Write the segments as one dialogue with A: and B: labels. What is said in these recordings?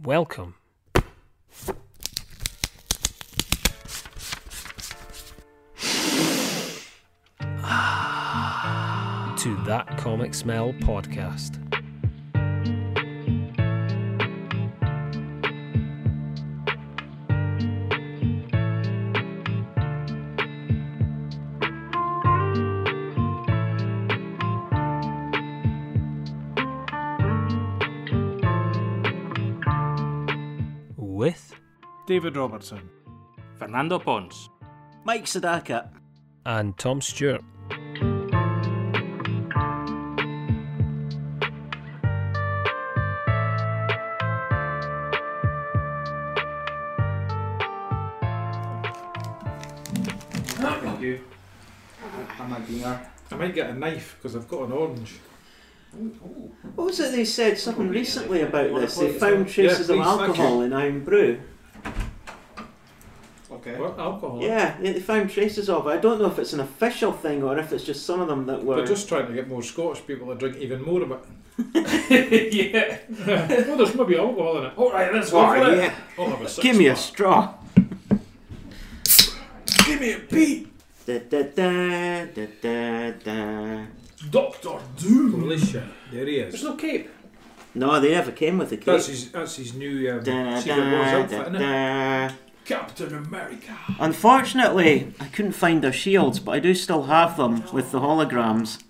A: Welcome. to That Comic Smell podcast. With
B: David Robertson.
C: Fernando Pons.
D: Mike Sadaka.
A: and Tom Stewart.
B: Thank you.
D: I'm a beaner.
B: I might get a knife because I've got an orange.
D: What was it they said something recently about
B: Wanna
D: this?
B: play
D: They
B: it,
D: found
B: Tom?
D: traces
B: Yeah,
D: of
B: please, thank
D: alcohol in Iron Brew.
E: Okay.
B: What alcohol?
D: Yeah, they they found traces of it. I don't know if it's an official thing or if it's just some of them that were.
B: They're just trying to get more Scottish people to drink even more of it. yeah. well, there's maybe alcohol in it. All right, let's go
D: Oh,
B: for
D: yeah.
B: it. I'll have a six
D: Give me a
B: pack.
D: straw.
B: Give me a beat.
D: Da, da, da, da, da, da.
B: Doctor Doom. Holy shit. There he is.
C: There's no cape.
D: No, they never came with the cake.
B: That's his, that's his new um,
D: Da,
B: Secret
D: da,
B: Wars
D: da,
B: outfit, isn't it?
D: da.
B: Captain America.
D: Unfortunately, I couldn't find their shields, but I do still have them with the holograms.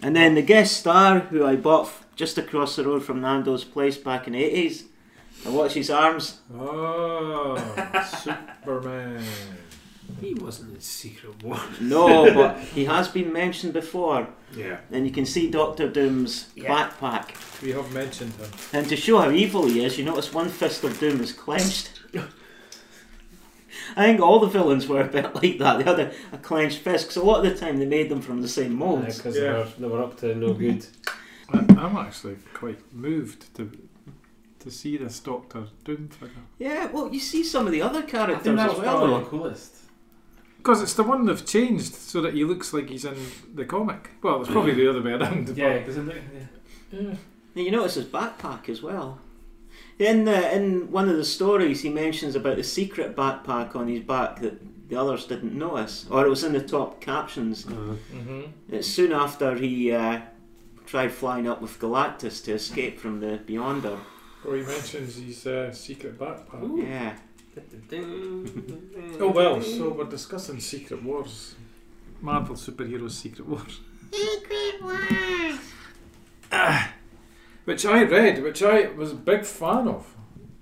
D: And then the guest star, who I bought f- just across the road from Nando's place back in the 80s, I watch his arms.
B: Oh, Superman.
C: He wasn't in Secret War.
D: No, but he has been mentioned before.
B: Yeah.
D: And you can see Doctor Doom's
C: Yeah.
D: backpack.
B: We have mentioned him.
D: And to show how evil he is, you notice one fist of Doom is clenched. I think all the villains were a bit like that. They had a, a clenched fist, 'cause a lot of the time they made them from the same molds.
A: Because
B: Yeah.
A: they, were up to no good.
B: I'm actually quite moved to to see this Doctor Doom figure.
D: Yeah, well, you see some of the other
C: I
D: characters
C: think that
D: as
C: was
D: well.
C: probably
D: though.
C: the coolest.
B: Because it's the one they've changed so that he looks like he's in the comic. Well, it's probably the other way around. but-
C: Yeah, because yeah.
D: And you notice his backpack as well. In the, in one of the stories, he mentions about the secret backpack on his back that the others didn't notice, or it was in the top captions. It's soon after he uh, tried flying up with Galactus to escape from the Beyonder.
B: Or he mentions his uh, secret backpack.
D: Yeah.
B: Oh well, so we're discussing Secret Wars. Marvel superheroes Secret Wars. Secret Wars! Ah, which I read, which I was a big fan of.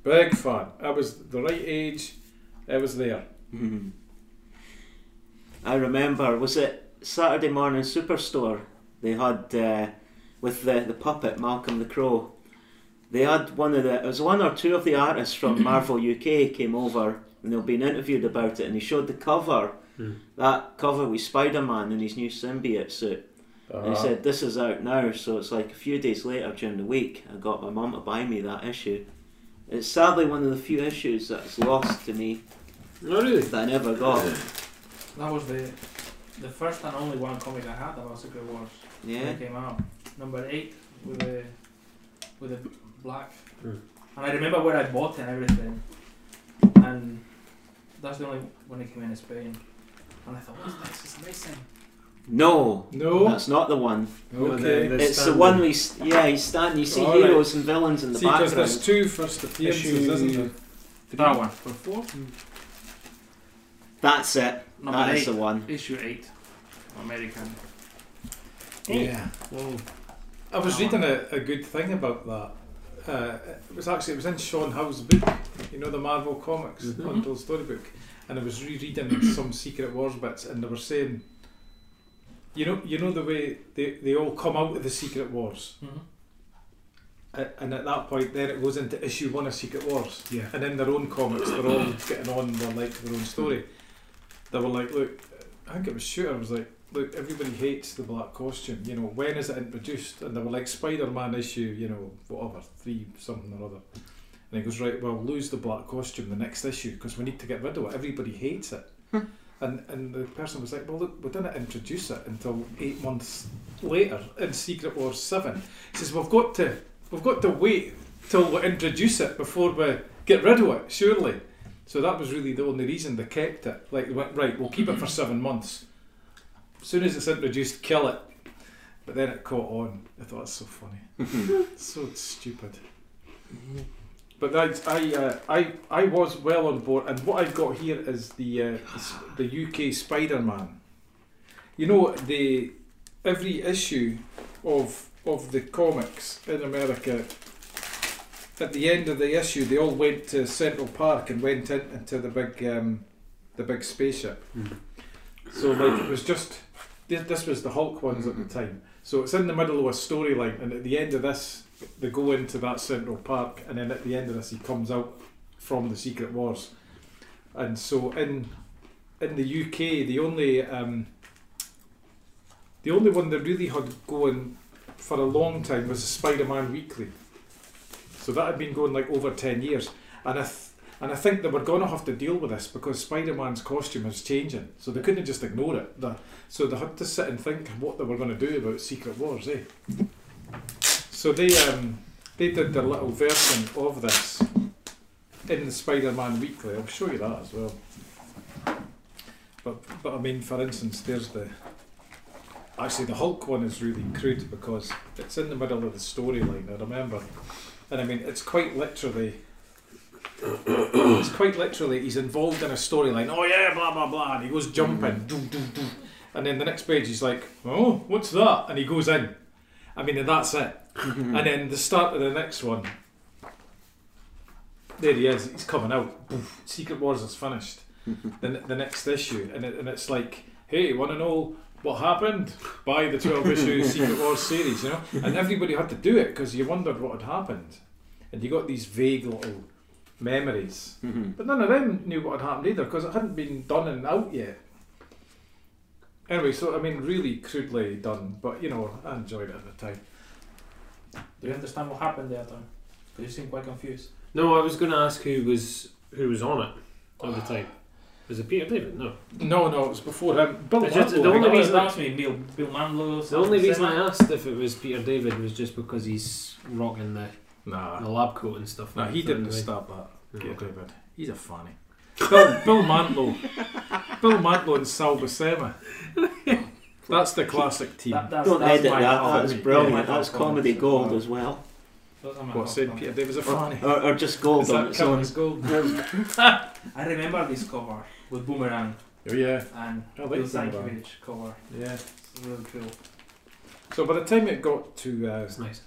B: Big fan. I was the right age, I was there.
D: Mhm. I remember, was it Saturday morning Superstore? They had uh, with the, the puppet Malcolm the Crow. They had one of the it was one or two of the artists from Marvel UK came over and they were being interviewed about it and he showed the cover. That cover with Spider Man in his new symbiote suit.
B: Ah.
D: And he said, This is out now, so it's like a few days later during the week I got my mum to buy me that issue. It's sadly one of the few issues that's lost to me
B: Ah.
C: No, really.
D: that I never got.
C: That was the the first and only one comic I had about Secret Wars when
D: Yeah.
C: it came out. Number eight with the with the black.
A: Hmm.
C: And I remember where I bought it and everything. And that's the only when it came in Spain. And I thought, what's this? It's amazing.
D: No.
B: No?
D: That's not the one.
B: Okay.
D: It's the one we, s- yeah, he's standing. You see
B: All right.
D: heroes and villains in the
B: See, because
D: background.
B: there's two first appearances,
A: Issue-
B: isn't there?
C: That one.
D: That's it.
C: Number
D: that is
C: eight.
D: the one.
C: Issue eight. American.
B: Yeah. I was reading a, a good thing about that. Uh, it was actually it was in Sean Howe's book, you know, the Marvel Comics
A: Mhm.
B: Untold Storybook, and I was rereading some Secret Wars bits, and they were saying, you know, you know the way they, they all come out of the Secret Wars,
D: Mm-hmm.
B: A- and at that point, then it goes into issue one of Secret Wars,
E: Yeah.
B: and in their own comics, they're all getting on, they're like their own story. They were like, look, I think it was Shooter was like, look, everybody hates the black costume. You know, when is it introduced? And they were like, Spider-Man issue, you know, whatever, three something or other. And he goes, right, well, lose the black costume the next issue because we need to get rid of it. Everybody hates it. and and the person was like, well, look, we didn't introduce it until eight months later in Secret Wars Seven. He says, we've got to, we've got to wait till we introduce it before we get rid of it, surely. So that was really the only reason they kept it. Like they went, right, we'll keep it for seven months. As soon as it's introduced, kill it. But then it caught on. I thought that's so funny. so stupid. But that, I, uh, I, I was well on board, and what I've got here is the uh, the UK Spider Man. You know, the every issue of of the comics in America, at the end of the issue, they all went to Central Park and went in, into the big um, the big spaceship. So like it was just this, this was the Hulk ones at the time. So it's in the middle of a storyline, and at the end of this, they go into that Central Park, and then at the end of this, he comes out from the Secret Wars. And so in in the UK, the only um, the only one that really had going for a long time was Spider-Man Weekly. So that had been going like over ten years, and I th- and I think they were going to have to deal with this because Spider-Man's costume is changing, so they couldn't just ignore it. The- so they had to sit and think what they were going to do about Secret Wars, eh? So they um, they did their little version of this in the Spider-Man Weekly. I'll show you that as well. But but I mean, for instance, there's the actually the Hulk one is really crude because it's in the middle of the storyline. I remember, and I mean it's quite literally. it's quite literally he's involved in a storyline. Oh yeah, blah blah blah. And he goes jumping, doo, doo, doo. and then the next page he's like, oh, what's that? And he goes in. I mean, and that's it. and then the start of the next one. There he is. He's coming out. Poof, Secret Wars is finished. the, the next issue, and it, and it's like, hey, want to know what happened by the twelve issue Secret Wars series? You know, and everybody had to do it because you wondered what had happened, and you got these vague little memories. But none of them knew what had happened either because it hadn't been done and out yet. Anyway, so I mean, really crudely done, but you know, I enjoyed it at the time.
C: Do you understand what happened there, Don? Because you seem quite confused.
A: No, I was going to ask who was who was on it at the time. Was it Peter David? No.
B: No, no, it was before him. Bill
A: It's just-
B: Wadlow,
A: the
B: I
A: only
B: think.
A: reason-
C: that's me, Bill, Bill Manlow.
A: The only reason I asked if it was Peter David was just because he's rocking the, the
B: Nah,
A: lab coat and stuff.
B: nah,
A: like
B: he
A: that,
B: didn't
A: anyway.
B: start that.
A: Oh,
B: Peter
A: okay.
B: David. He's a fanny. Bill, Bill Mantlo. Bill Mantlo and Sal Buscema. That's the classic team.
C: That, that's,
D: Don't
C: that's
D: edit
C: my
D: that.
C: fault.
D: That's brilliant.
C: Yeah,
D: That's
C: my
D: comedy
C: fault.
D: gold as well,
C: That's my
B: What
C: fault.
B: said Peter David's a
D: or,
B: fanny?
C: uh,
D: or, or just gold
B: Is
D: on
B: that
D: its own.
B: Cummins Gold?
C: I remember this cover with Boomerang
B: Oh yeah,
C: and
B: I like
C: Bill
B: that.
C: Zankovic cover.
B: Yeah.
C: It's really cool.
B: So by the time it got to, uh,
A: It's nice.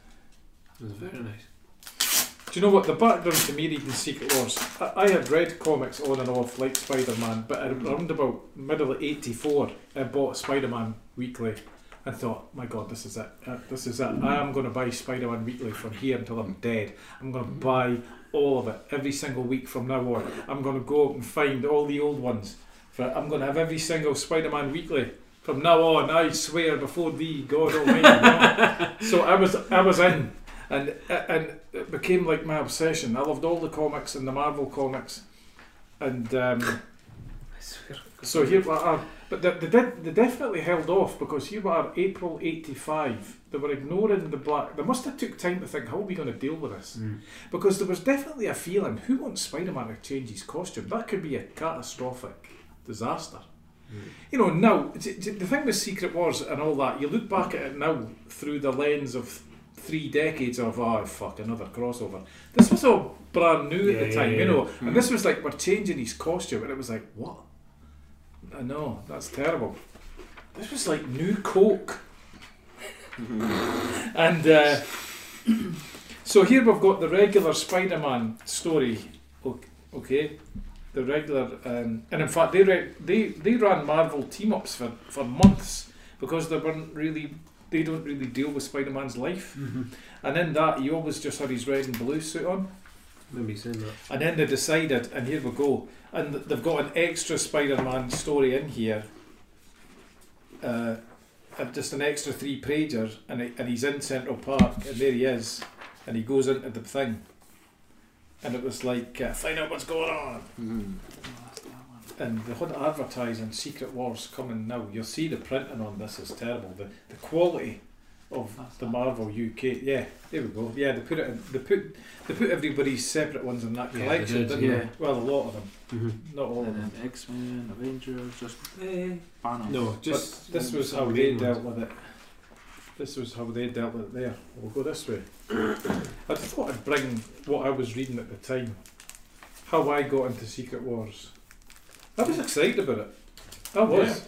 A: It was very nice.
B: do you know what the background to me reading Secret Wars? I, I had read comics on and off like Spider Man, but around about middle of '84, I bought Spider Man Weekly. and thought, my God, this is it. Uh, This is it. I am going to buy Spider Man Weekly from here until I'm dead. I'm going to buy all of it every single week from now on. I'm going to go out and find all the old ones. For I'm going to have every single Spider Man Weekly from now on. I swear before thee, God Almighty. no. so I was, I was in, and and it became like my obsession. I loved all the comics and the Marvel comics, and. Um,
A: I swear.
B: so here we are, but they, they did. They definitely held off because here we are, April '85. They were ignoring the black. They must have took time to think, how are we going to deal with this?
A: Mm.
B: Because there was definitely a feeling, who wants Spider-Man to change his costume? That could be a catastrophic disaster.
A: Mm.
B: You know, now d- d- the thing with Secret Wars and all that, you look back at it now through the lens of three decades of oh fuck another crossover. This was all brand new at the
A: Yeah,
B: time,
A: yeah,
B: you
A: yeah.
B: know, and this was like we're changing his costume, and it was like what? I know that's terrible. This was like new Coke, and uh, so here we've got the regular Spider-Man story. Ok- Okay, the regular, um, and in fact they re- they they ran Marvel team ups for for months because they weren't really they don't really deal with Spider-Man's life, and in that he always just had his red and blue suit on.
A: Maybe saying that.
B: And then they decided, and here we go, and th- they've got an extra Spider-Man story in here, uh, uh, just an extra three pager, and he, and he's in Central Park, and there he is, and he goes into the thing, and it was like uh, find out what's going on,
D: Mhm.
B: and they had advertising Secret Wars coming now. You'll see the printing on this is terrible. The the quality of
C: That's
B: the
C: that.
B: Marvel UK. Yeah, there we go. Yeah, they put it. In, they put they put everybody's separate ones in that
A: Yeah, Mm-hmm. they
B: collection,
A: did,
B: didn't they?
C: yeah.
B: Well, a lot of them, not all of
E: And
B: them.
E: then X Men, Avengers, just
A: Eh,
E: Thanos.
A: no,
B: Just
A: just
B: this was
A: some
B: how they
A: green ones.
B: dealt with it. This was how they dealt with it. There, we'll go this way. I just thought I'd bring what I was reading at the time, how I got into Secret Wars. I was excited about it. I was.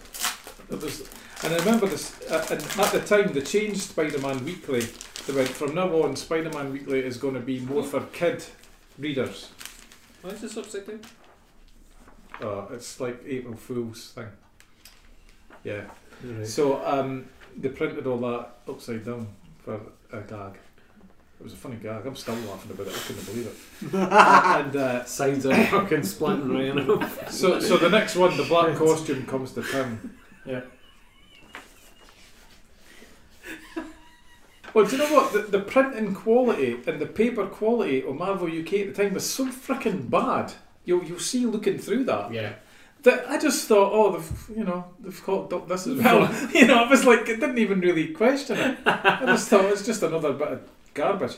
B: It was, and I remember this. Uh, and at the time, they changed Spider-Man Weekly. They went from now on, Spider-Man Weekly is going to be more for kid readers.
A: Why is this upside down?
B: Uh, it's like April Fool's thing. Yeah.
A: Right.
B: So um, they printed all that upside down for a gag. It was a funny gag. I'm still laughing about it. I couldn't believe it.
D: Mm-hmm.
B: and uh,
A: Signs are fucking splitting right now.
B: so, so the next one, the black costume comes to town.
C: Yeah.
B: Well, do you know what? The, the printing quality and the paper quality of Marvel UK at the time was so freaking bad. You'll, you'll see looking through that.
A: Yeah.
B: That I just thought, oh, they've, you know, they've caught up this as well. you know, I was like, it didn't even really question it. I just thought it's just another bit of garbage.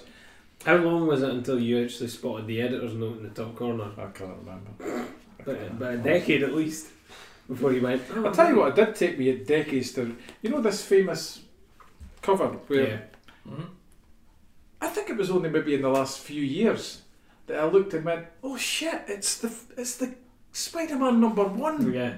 A: How long was it until you actually spotted the editor's note in the top corner?
B: I can't remember. I can't
A: But,
B: remember.
A: but a decade at least before you went. "Oh,
B: I'll tell you what, it did take me decades to. You know this famous cover where
A: Yeah.
C: Mhm.
B: I think it was only maybe in the last few years that I looked and went, oh shit, it's the it's the Spider-Man number one.
A: Oh, Yeah.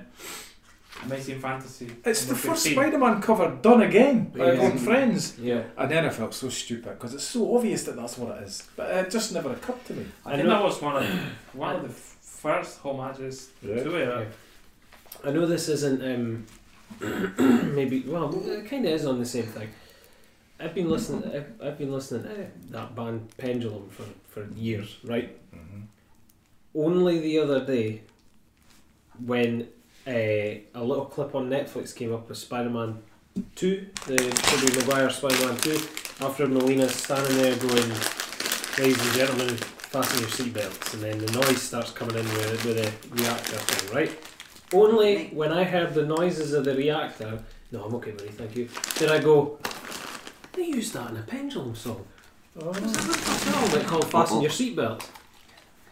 C: Amazing Fantasy.
B: It's the
C: number
B: first
C: 15.
B: Spider-Man cover done again by
A: Yeah.
B: our own friends.
A: Yeah.
B: And then I felt so stupid because it's so obvious that that's what it is. But it just never occurred to me.
C: I,
A: I
C: think
A: know-
C: that was one of one of the f- first homages to it.
A: Yeah. I know this isn't um, maybe well it kind of is on the same thing. I've been listening. I've, I've been listening to that band Pendulum for for years, right? Only the other day, when uh, a little clip on Netflix came up with Spider-Man Two, the Tobey Maguire Spider-Man Two, Alfred Molina's standing there going, "Ladies and gentlemen, fasten your seatbelts," and then the noise starts coming in with with the reactor thing, right? Only when I heard the noises of the reactor, no, I'm okay, buddy, thank you, did I go, they used that in a pendulum song. Oh, What's that fucking song that called Fasten Your Seatbelt?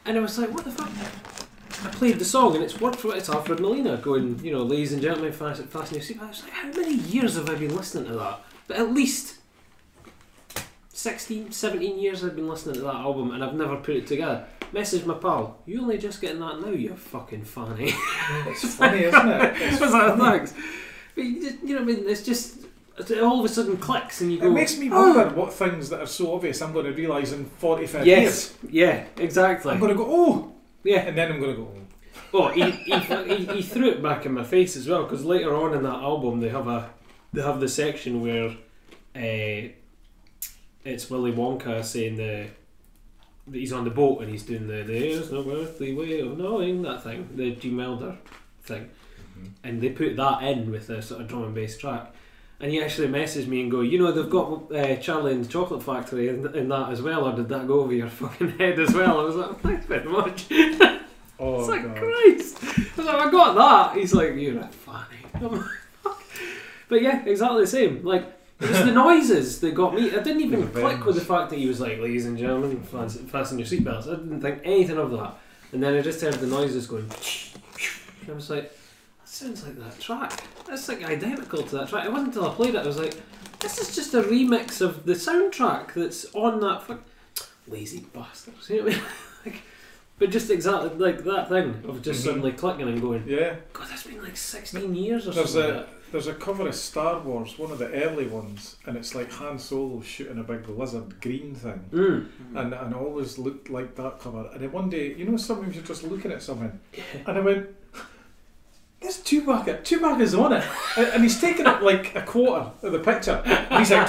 A: And I was like, what the fuck? I played the song and it's word for it's Alfred Molina going, you know, ladies and gentlemen, fasten, fasten your seatbelt. I was like, how many years have I been listening to that? But at least 16, 17 years I've been listening to that album and I've never put it together. Message my pal, you only just getting that now, you fucking fanny.
B: It's funny, isn't it? It's
A: I was like,
B: funny.
A: thanks. But you, just, you know, what I mean, it's just it all of a sudden clicks, and you go.
B: It makes me
A: "Oh,
B: wonder what things that are so obvious I'm going to realise in 45 years.
A: Yes. Yeah. Exactly.
B: I'm going to go, oh!
A: yeah.
B: And then I'm going to go, oh.
A: Oh, he, he, he, he threw it back in my face as well because later on in that album they have a they have the section where uh, it's Willy Wonka saying the that he's on the boat and he's doing the there's no earthly way of knowing that thing the G Melder thing.
B: mm-hmm.
A: and they put that in with a sort of drum and bass track. And he actually messaged me and go, you know, they've got uh, Charlie and the Chocolate Factory in, in that as well, or did that go over your fucking head as well? I was like, thanks very much.
B: Oh,
A: it's like,
B: God.
A: Christ. I was like, I got that. He's like, you're a funny. I'm like, "Fuck." but yeah, exactly the same. Like, it was the noises that got me. I didn't even
B: The
A: click with the
B: bangs.
A: fact that he was like, ladies and gentlemen, fans- fasten your seatbelts. I didn't think anything of that. And then I just heard the noises going. And I was like, that sounds like that track. That's like identical to that track. It wasn't until I played it, I was like, this is just a remix of the soundtrack that's on that fuck. Lazy bastards. You know what I mean? like, but just exactly like that thing of just
B: Mhm.
A: suddenly clicking and going,
B: Yeah.
A: God, that's been like 16 years or
B: There's
A: something.
B: a there's a cover of Star Wars, one of the early ones, and it's like Han Solo shooting a big lizard green thing,
A: like that. Mm.
B: and and I always looked like that cover. And then one day, you know, sometimes you're just looking at something, and I went, "There's Chewbacca. Chewbacca's on it, and, and he's taking up like a quarter of the picture. And he's like."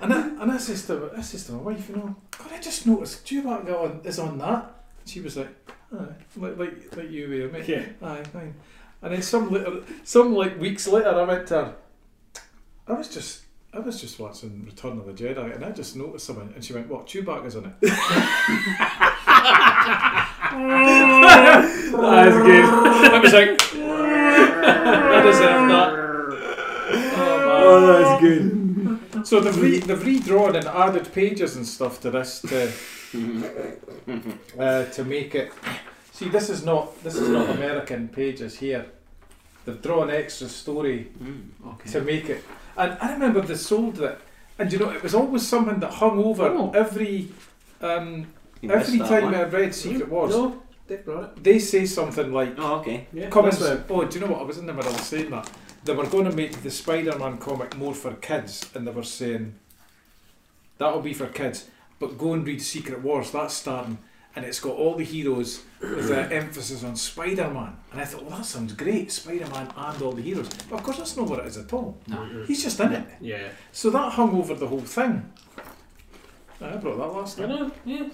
B: And I, and I says to I says to my wife, you know, God, I just noticed Chewbacca on, is on that. She was like, oh, like like like you were, mate.
A: Yeah.
B: Aye, aye. And then some later, some like weeks later, I went to her. I was just, I was just watching Return of the Jedi, and I just noticed something, and she went, "What? Chewbacca's in it."
A: That's good.
B: I was like, "I deserve that."
C: Oh,
D: oh, that's good.
B: "Oh." So they've, re- they've redrawn and added pages and stuff to this to uh, to make it. See, this is not this is not American pages here. They've drawn extra story
E: Okay.
B: to make it. And I remember they sold it, and you know it was always something that hung over
A: Oh.
B: every um,
D: You missed
B: every
D: that
B: time
D: one.
B: I read Secret Wars.
A: No, they brought
B: They say something like.
D: Oh, okay.
A: it.
B: Comments.
A: That's
B: Oh, do you know what? I was in the middle of saying that they were going to make the Spider-Man comic more for kids, and they were saying that'll be for kids, but go and read Secret Wars. That's starting, and it's got all the heroes with an emphasis on Spider-Man. And I thought, well, that sounds great, Spider-Man and all the heroes. But of course, that's not what it is at all.
A: it.
B: He's just in it.
A: Yeah.
B: So that hung over the whole thing. I brought that last
A: I
B: night.
A: know. Yeah.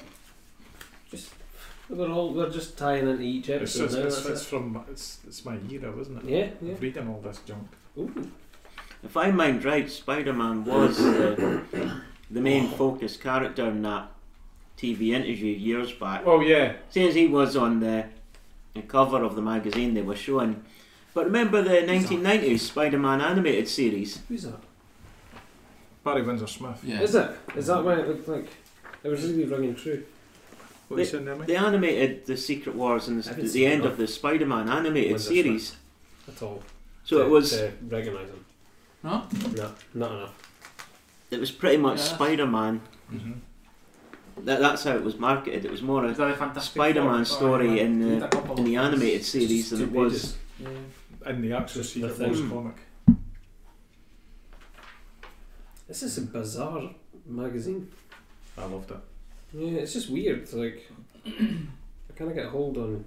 A: Just they're all they're just tying into each
B: It's,
A: episode.
B: it's,
A: now,
B: it's,
A: that's
B: it's from it's, it's my era, isn't it?
A: it. Yeah. Yeah.
B: Of Reading all this junk.
A: Ooh.
D: If I mind right, Spider-Man was the, the main focus character in that TV interview years back.
B: Oh yeah.
D: Since he was on the, the cover of the magazine they were showing. But remember the 1990s Spider-Man animated series?
A: Who's that?
B: Barry Windsor Smith.
E: Yeah.
A: Is it? Is that why it looked like? It was really ringing true.
B: What are you saying there, mate?
D: They animated the Secret Wars and
A: I
D: the,
A: haven't
D: the
A: seen
D: end
A: that.
D: of the Spider-Man animated
A: Windsor
D: series.
A: At all.
D: So
A: To-
D: it was
A: to recognise him.
E: No?
A: No, not enough.
D: it was pretty much
C: Yeah.
D: Spider-Man.
B: Mhm.
D: That, that's how it was marketed. It was more
C: Is
D: a,
C: that a fantastic
D: Spider-Man
C: Four?
D: story
C: Sorry,
D: in
C: I
D: the-
C: did a couple
D: in the
C: of-
D: animated series than
A: Two
D: it was.
A: pages.
C: Yeah.
B: In the actual
A: Just
B: Secret
A: the
B: Wars
D: thing.
B: comic.
A: This is a bizarre magazine.
B: I loved it.
A: Yeah, it's just weird. It's like I kind of get hold on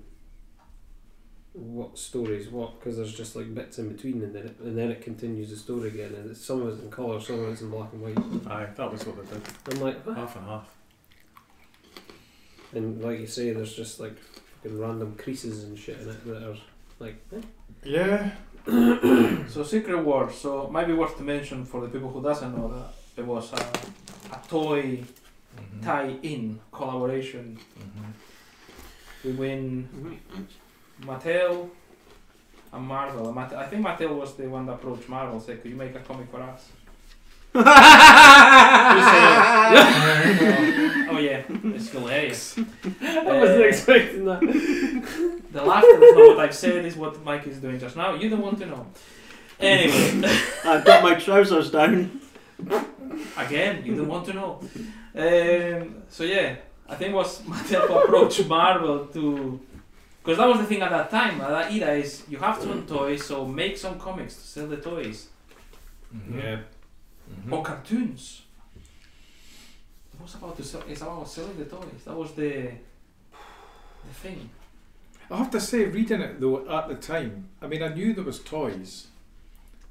A: what stories what because there's just like bits in between and then it, and then it continues the story again and it's, some of it's in colour, some of it's in black and white.
B: Aye, that was what they did.
A: I'm like, what?
B: Half and half.
A: and like you say, there's just like fucking random creases and shit in it that are like, eh?
B: Yeah.
C: So Secret Wars. So might be worth to mention for the people who doesn't know that it was a, a toy
B: Mhm. Mm.
C: tie-in collaboration between Mattel and Marvel. And Mate- I think Mattel was the one that approached Marvel and said, "Could you make a comic for us?" oh, oh, yeah, it's hilarious. Uh,
A: I wasn't expecting that.
C: The laughter is not what I've said. Is what Mike is doing just now. You don't want to know. Anyway.
D: I've got my trousers down.
C: Again, you don't want to know. Um, so yeah, I think was Mattel to approach Marvel to, because that was the thing at that time, at that era is you have to own toys, so make some comics to sell the toys
B: Mhm.
A: Yeah.
B: Hmm.
C: or cartoons. It was about to sell. It's about selling the toys. That was the, the thing.
B: I have to say, reading it though at the time, I mean, I knew there was toys,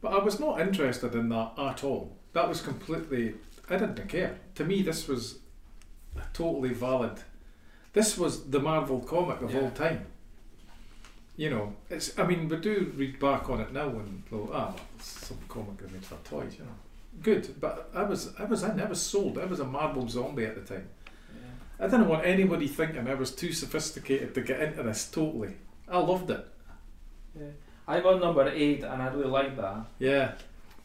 B: but I was not interested in that at all. That was completely. I didn't care. To me, this was a totally valid. This was the Marvel comic of all
C: Yeah.
B: time. You know, it's. I mean, we do read back on it now and go, ah, well, it's some comic they made for toys. You know, good. But I was, I was in. I was sold. I was a Marvel zombie at the time. I didn't want anybody thinking I was too sophisticated to get into this totally. I loved it.
C: I got number eight, and I really like that.
B: Yeah.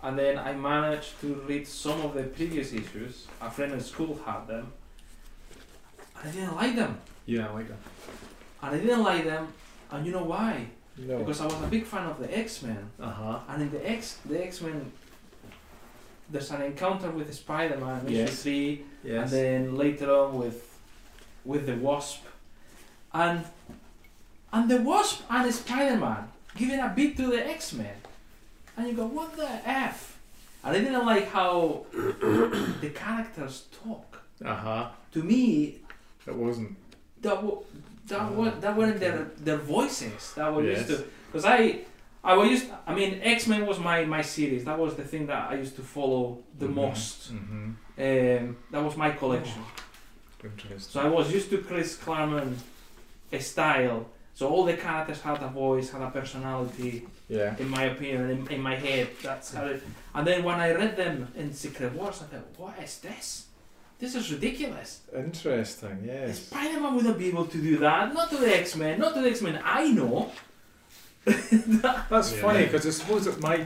C: And then I managed to read some of the previous issues. A friend in school had them. And I didn't like them.
B: Yeah, I like that.
C: and I didn't like them. And you know why?
B: No.
C: Because I was a big fan of the X Men,
B: uh huh.
C: and in the X the X Men, there's an encounter with Spider Man issue
B: Yes.
C: three, and
B: Yes.
C: then later on with with the Wasp, and and the Wasp and Spider Man giving a beat to the X Men, and you go what the f? And I didn't like how the characters talk.
B: Uh huh.
C: To me,
B: It wasn't.
C: that were that
B: Ah,
C: were that weren't
B: okay.
C: their their voices that were used
B: Yes.
C: to because I I was used I mean X Men was my my series that was the thing that I used to follow the
B: Mhm.
C: most
B: Mm-hmm.
C: um, that was my collection
B: Interesting.
C: so I was used to Chris Claremont eh, style so all the characters had a voice had a personality
B: Yeah.
C: in my opinion in, in my head that's how it and then when I read them in Secret Wars I thought what is this this is ridiculous
B: Interesting. Yes.
C: Spider Man wouldn't be able to do that. Not to the X Men. Not to the X Men. I know.
B: That's
A: Yeah.
B: funny because I suppose at my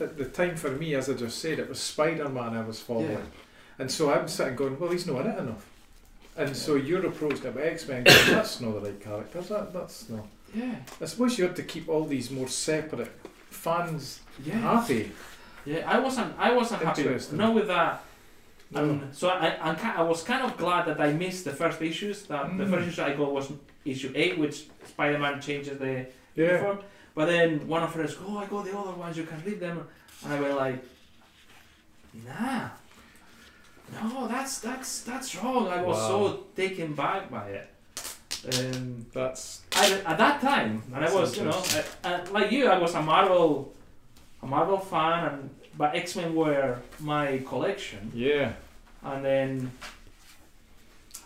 B: at the time for me, as I just said, it was Spider Man I was following,
C: Yeah.
B: and so I'm sitting going, well, he's not in it enough, and so your approach to X Men, that's not the right characters. That that's not.
C: Yeah.
B: I suppose you had to keep all these more separate fans
C: Yeah.
B: happy.
C: Yeah. I wasn't. I wasn't happy.
B: Interesting.
C: Not with that.
B: No.
C: Um, so I, I, I'm ki- I was kind of glad that I missed the first issues. That the
B: Mm.
C: first issue I got was issue eight, which Spider-Man changes the
B: yeah,
C: uniform. But then one of her is, oh, I got the other ones, you can read them. And I went like, nah. No, that's that's that's wrong. I was so taken back by it. Um,
B: that's
C: I, at that time, and I
B: That's
C: was, you know, I, I, like you, I was a Marvel, a Marvel fan, and but X Men were my collection.
B: yeah.
C: And then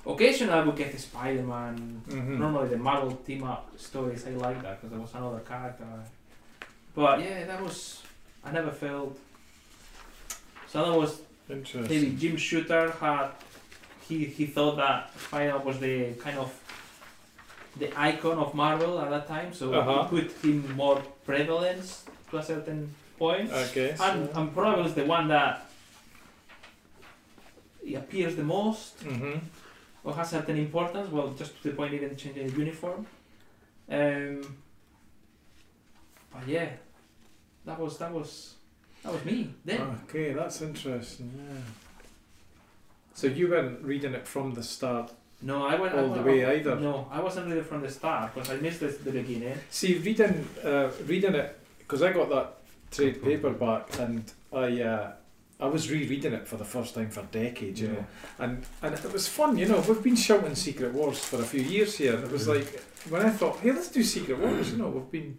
C: occasionally I would get the Spider Man
B: Mm-hmm.
C: Normally the Marvel team up stories I like that because there was another character. But yeah, that was I never failed. So that was maybe
B: Interesting.
C: Jim Shooter had he he thought that Spider was the kind of the icon of Marvel at that time, so
B: Uh-huh.
C: he put him more prevalence to a certain point.
B: I guess.
C: and and probably was the one that he appears the most
B: hmm
C: or has certain importance. Well, just to the point, even changing the uniform. Um, but yeah, that was that was that was me then.
B: Okay, that's interesting. Yeah. So you weren't reading it from the start
C: no, I went I
B: all the
C: went-
B: way either.
C: No, I wasn't really from the start because I missed the, the beginning.
B: See, reading uh, reading it because I got that trade paperback and I uh, I was rereading it for the first time for decades, you know, and and it was fun, you know. We've been shouting Secret Wars for a few years here, and it was like when I thought, hey, let's do Secret Wars, you know, we've been.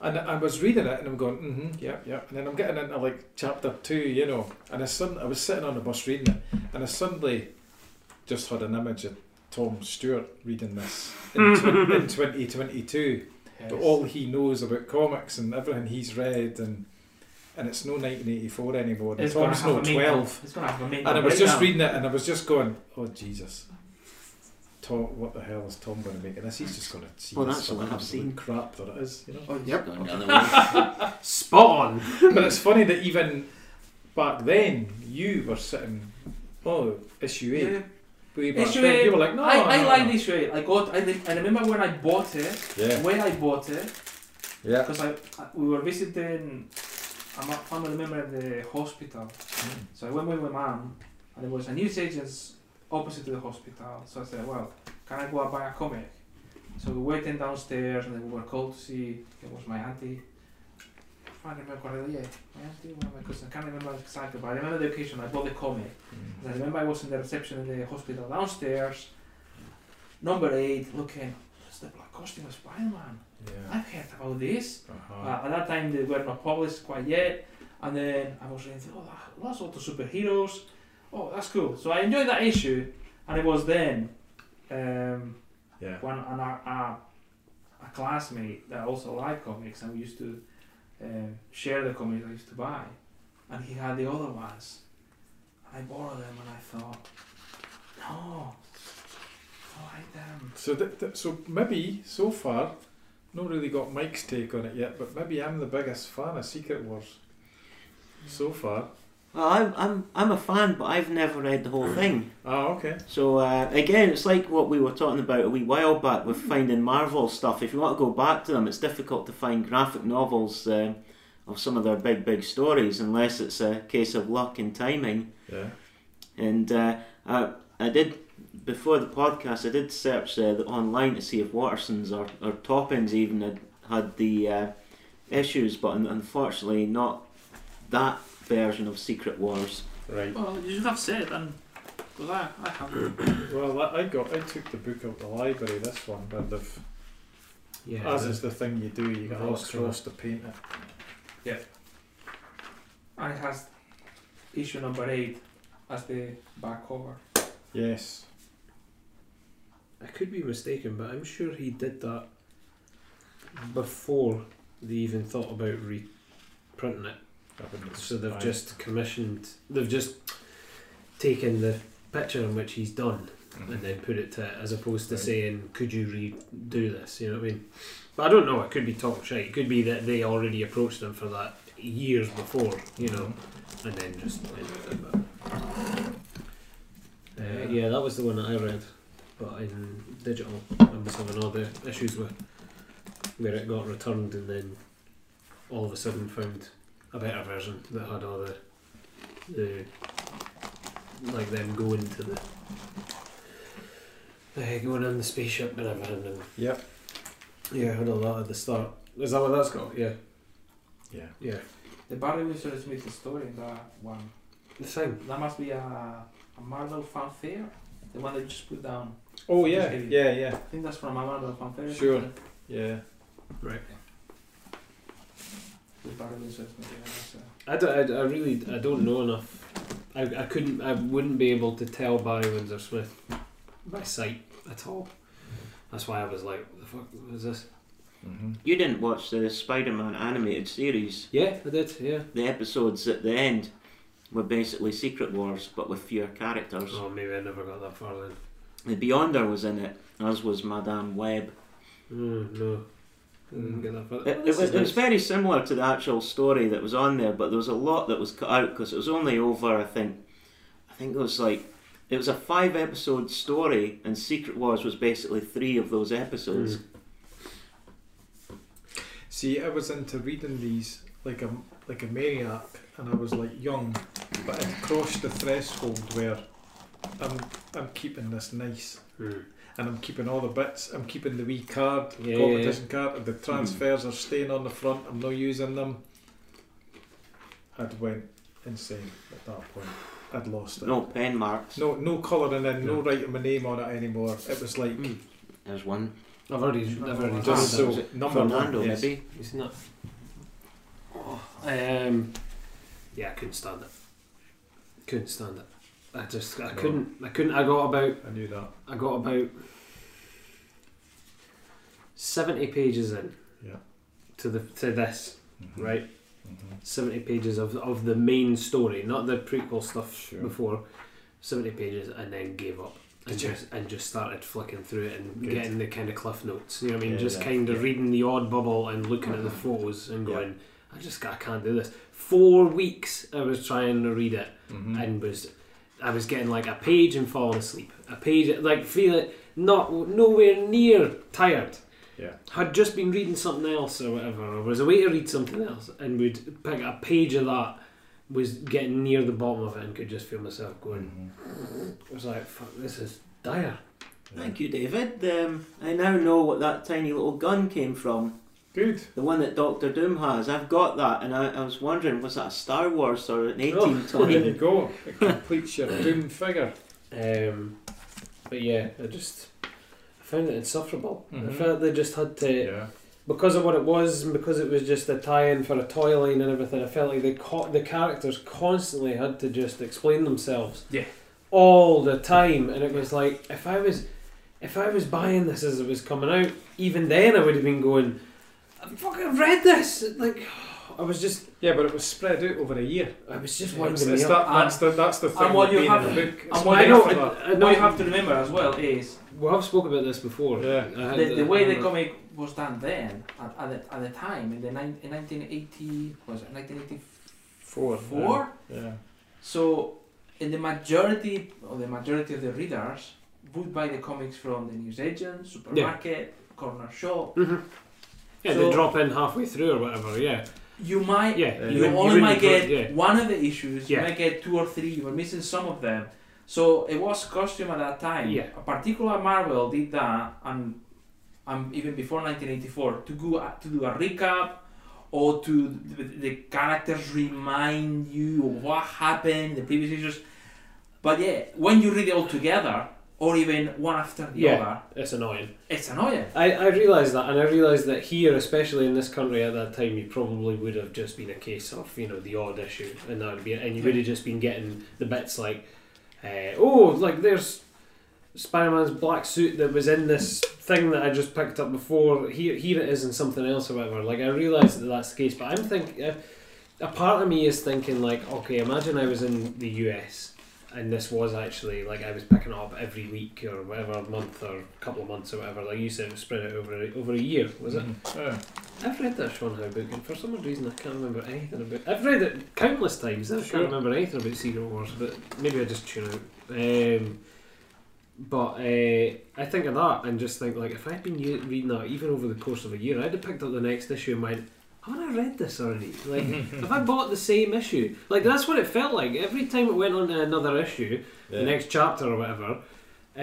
B: And I was reading it, and I'm going, mm-hmm, yep, yep. And then I'm getting into like chapter two, you know. And I suddenly, I was sitting on the bus reading it, and I suddenly just had an image of Tom Stewart reading this in, twen- in 2022 but all he knows about comics and everything he's read and and it's no 1984 anymore and
C: it's gonna
B: Tom's
C: have
B: no
C: a main-
B: 12
C: It's gonna have a main.
B: and I was just
C: breakdown.
B: reading it and I was just going oh Jesus Tom what the hell is Tom going to make of this he's just going to see
D: Well,
B: this
D: that's
B: for
D: what I've
B: absolute
D: seen.
B: crap that it is you know
C: Oh,
E: Yep.
D: Got another one.
A: Spot on.
B: but it's funny that even back then you were sitting oh issue 8
C: yeah.
B: way back
C: Issue
B: then,
C: eight,
B: you were like no
C: I,
B: no,
C: I
B: no,
C: like
B: no."
C: this way. I got. I, re- I remember when I bought it.
B: yeah
C: When I bought it,
B: yeah
C: because I, I- we were visiting a ma- family member at the hospital.
B: Mm,
C: So I went with my mom, and there was a newsagent's opposite to the hospital. So I said, "Well, can I go and buy a comic?" So we waiting downstairs, and then we were called to see it was my auntie. I can't remember correctly. Yeah, my auntie, one of my cousins. I can't remember exactly, but I remember the occasion. I bought the comic.
B: mm,
C: And I remember I was in the reception in the hospital downstairs, number eight, looking. It's the black costume of Spider-Man.
B: yeah
C: I've heard about this.
B: uh-huh.
C: Uh, at that time, they were not published quite yet. And then I was reading, oh, that- that's all the superheroes. Oh, that's cool. So I enjoyed that issue. And it was then um,
B: yeah
C: when an, a, a, a classmate that also liked comics, and we used to um, share the comics I used to buy. And he had the other ones. And I borrowed them, and I thought, no, I like them.
B: So th- th- so maybe so far, not really got Mike's take on it yet, but maybe I'm the biggest fan of Secret Wars so far.
D: well, I'm, I'm, I'm a fan, but I've never read the whole thing.
B: Ah, okay.
D: So uh, again, it's like what we were talking about a wee while back with finding Marvel stuff. If you want to go back to them, it's difficult to find graphic novels uh, of some of their big, big stories, unless it's a case of luck and timing.
B: Yeah.
D: And uh, I, I did before the podcast. I did search uh, the, online to see if Watterson's or, or Toppins even had had the uh, issues, but un- unfortunately, not that version of Secret Wars.
B: Right.
C: Well, you should have said, and because I, I haven't.
B: Well, I I got I took the book out the library this one, but they've,
A: Yeah.
B: as is the thing you do, you get all
A: Lost
B: across to paint it.
C: and it has issue number eight as the back cover.
B: Yes.
A: I could be mistaken, but I'm sure he did that before they even thought about reprinting it.
B: I wouldn't
A: So they've
B: mind.
A: just commissioned, they've just taken the picture in which he's done and then put it to it, as opposed to
B: Right.
A: saying, "Could you redo this?" You know what I mean? But I don't know. It could be total shite. It could be that they already approached him for that years before, you know, and then just went with it. But, uh, yeah, that was the one that I read, but in digital, I was having all the issues with where it got returned and then all of a sudden found a better version that had all the, the like them going to the uh, going on the spaceship and everything. And,
B: Yep.
A: yeah, I had all that at the start. Is that what that's got? Yeah,
B: Yeah.
A: yeah.
C: The Barry Windsor Smith story in that one.
A: The thing.
C: That must be a, a Marvel fanfare. The one that you just put down.
B: Oh yeah, yeah, yeah,
C: I think that's from a Marvel fanfare.
B: Sure. yeah.
A: Right.
C: The Barry Windsor Smith. yeah, that's, uh,
A: I, don't, I, I really I don't know enough. I, I couldn't I wouldn't be able to tell Barry Windsor Smith by sight at all. That's why I was like, what the fuck was this?
B: Mm-hmm.
D: You didn't watch the Spider Man animated series.
A: Yeah, I did. Yeah.
D: The episodes at the end were basically Secret Wars, but with fewer characters.
A: Oh, maybe I never got that far then.
D: The Beyonder was in it, as was Madame Web.
A: Mm, no, I didn't get that far.
D: It,
A: Oh,
D: it,
A: this
D: was,
A: is
D: it was
A: nice.
D: very similar to the actual story that was on there, but there was a lot that was cut out because it was only over, I think, I think it was like, it was a five episode story, and Secret Wars was basically three of those episodes.
B: See, I was into reading these like a like a maniac, and I was like young, but I'd crossed the threshold where I'm I'm keeping this nice,
A: Mm.
B: and I'm keeping all the bits. I'm keeping the wee card, the
A: Yeah, yeah,
B: competition card, and the transfers are staying on the front. I'm not using them. I'd went insane at that point. I'd lost it.
D: No pen marks.
B: Mm. No, no colouring in, no
A: No.
B: writing my name on it anymore. It was like
A: Mm.
D: There's one.
A: I've already I've already done
B: just
D: Ah,
A: that.
D: was
B: so
D: it
B: number
D: Fernando,
B: one. Yes.
D: maybe.
A: It's not. Oh, um, yeah, I couldn't stand it. Couldn't stand it. I just, I
B: No.
A: couldn't, I couldn't. I got about,
B: I knew that.
A: I got about seventy pages in.
B: Yeah.
A: To the to this
B: Mhm.
A: right.
B: Mhm.
A: 70 pages of, of the main story, not the prequel stuff
B: Sure.
A: before. 70 pages and then gave up. And
B: Did you?
A: just, and just started flicking through it and
B: Good.
A: getting the kind of cliff notes. You know what I mean?
B: Yeah,
A: just
B: yeah,
A: kind of
B: yeah. Mm-hmm.
A: reading the odd bubble and looking at the photos and
B: Yeah.
A: going, I just I can't do this. Four weeks I was trying to read it
B: Mhm.
A: and was I was getting like a page and falling asleep. A page like feeling not nowhere near tired
B: Yeah.
A: had just been reading something else or whatever, or was away to read something else, and would pick a page of that, was getting near the bottom of it, and could just feel myself going. I was like, "Fuck, this is dire."
B: Mm-hmm.
D: Thank you, David. Um, I now know what that tiny little gun came from.
B: Good.
D: The one that Doctor Doom has. I've got that, and I, I was wondering, was that a Star Wars or
A: Oh,
D: an 18
B: There you
D: time?
B: go. It completes your doom figure.
A: Um, but yeah, I just I found it insufferable. I
B: Mhm.
A: felt they just had
C: Uh,
A: to
B: Yeah.
A: because of what it was and because it was just a tie-in for a toy line and everything, I felt like the co- the characters constantly had to just explain themselves.
C: Yeah.
A: All the time, and it was like if I was, if I was buying this as it was coming out, even then I would have been going, I fucking read this. Like, I was just,
B: Yeah, but it was spread out over a year.
A: I was just
B: It's,
A: winding
B: it's
A: me
B: that,
A: up.
B: that's, the, that's the thing.
C: and what
B: with
C: you
B: being
C: have-
B: in a book. It's
C: and
A: I
C: what
B: one
A: know,
B: after that.
A: I, I know.
C: what Uh, you have to remember as well is
A: well, I've spoken about this before.
B: Yeah.
A: I had
C: the, the way the
A: I-
C: comic was done then, at, at, the, at the time, in the nine in 1980, was it 1984?
B: Yeah.
C: So, in the majority of the majority of the readers would buy the comics from the newsagent, supermarket, corner shop.
A: Mhm. Yeah,
C: So-
A: they drop in halfway through or whatever. Yeah,
C: You might,
A: yeah.
B: You
C: you,
A: wouldn't-
C: only
A: wouldn't
C: might
A: go-
C: get
A: yeah.
C: one of the issues.
A: Yeah.
C: You might get two or three. You were missing some of them. So it was costume at that time.
A: Yeah.
C: A particular Marvel did that, and and even before 1984, to go to do a recap or to the, the characters remind you of what happened in the previous issues. But yeah, when you read it all together, or even one after the
A: Yeah.
C: other,
A: It's annoying.
C: it's annoying.
A: I, I realise that, and I realise that here, especially in this country at that time, you probably would have just been a case of you know the odd issue, and that would be, and you would have just been getting the bits like, uh, oh, like there's Spider-Man's black suit that was in this thing that I just picked up before. Here, here it is in something else, or whatever. Like I realise that that's the case, but I'm thinking. Uh, a part of me is thinking like, okay, imagine I was in the US and this was actually like I was picking up every week or whatever month or couple of months or whatever. Like you said, it was spread out over a, over a year, was it?
B: Yeah.
A: I've read that Sean Howe book, and for some odd reason I can't remember anything about. I've read it countless times. and I
B: Sure.
A: can't remember anything about Secret Wars, but maybe I just tune out. Um, but uh, I think of that and just think like if I'd been u- reading that even over the course of a year, I'd have picked up the next issue and went, "Haven't I read this already?" Like, have I bought the same issue? Like that's what it felt like every time it went on to another issue,
F: Yeah.
A: the next chapter or whatever. Uh,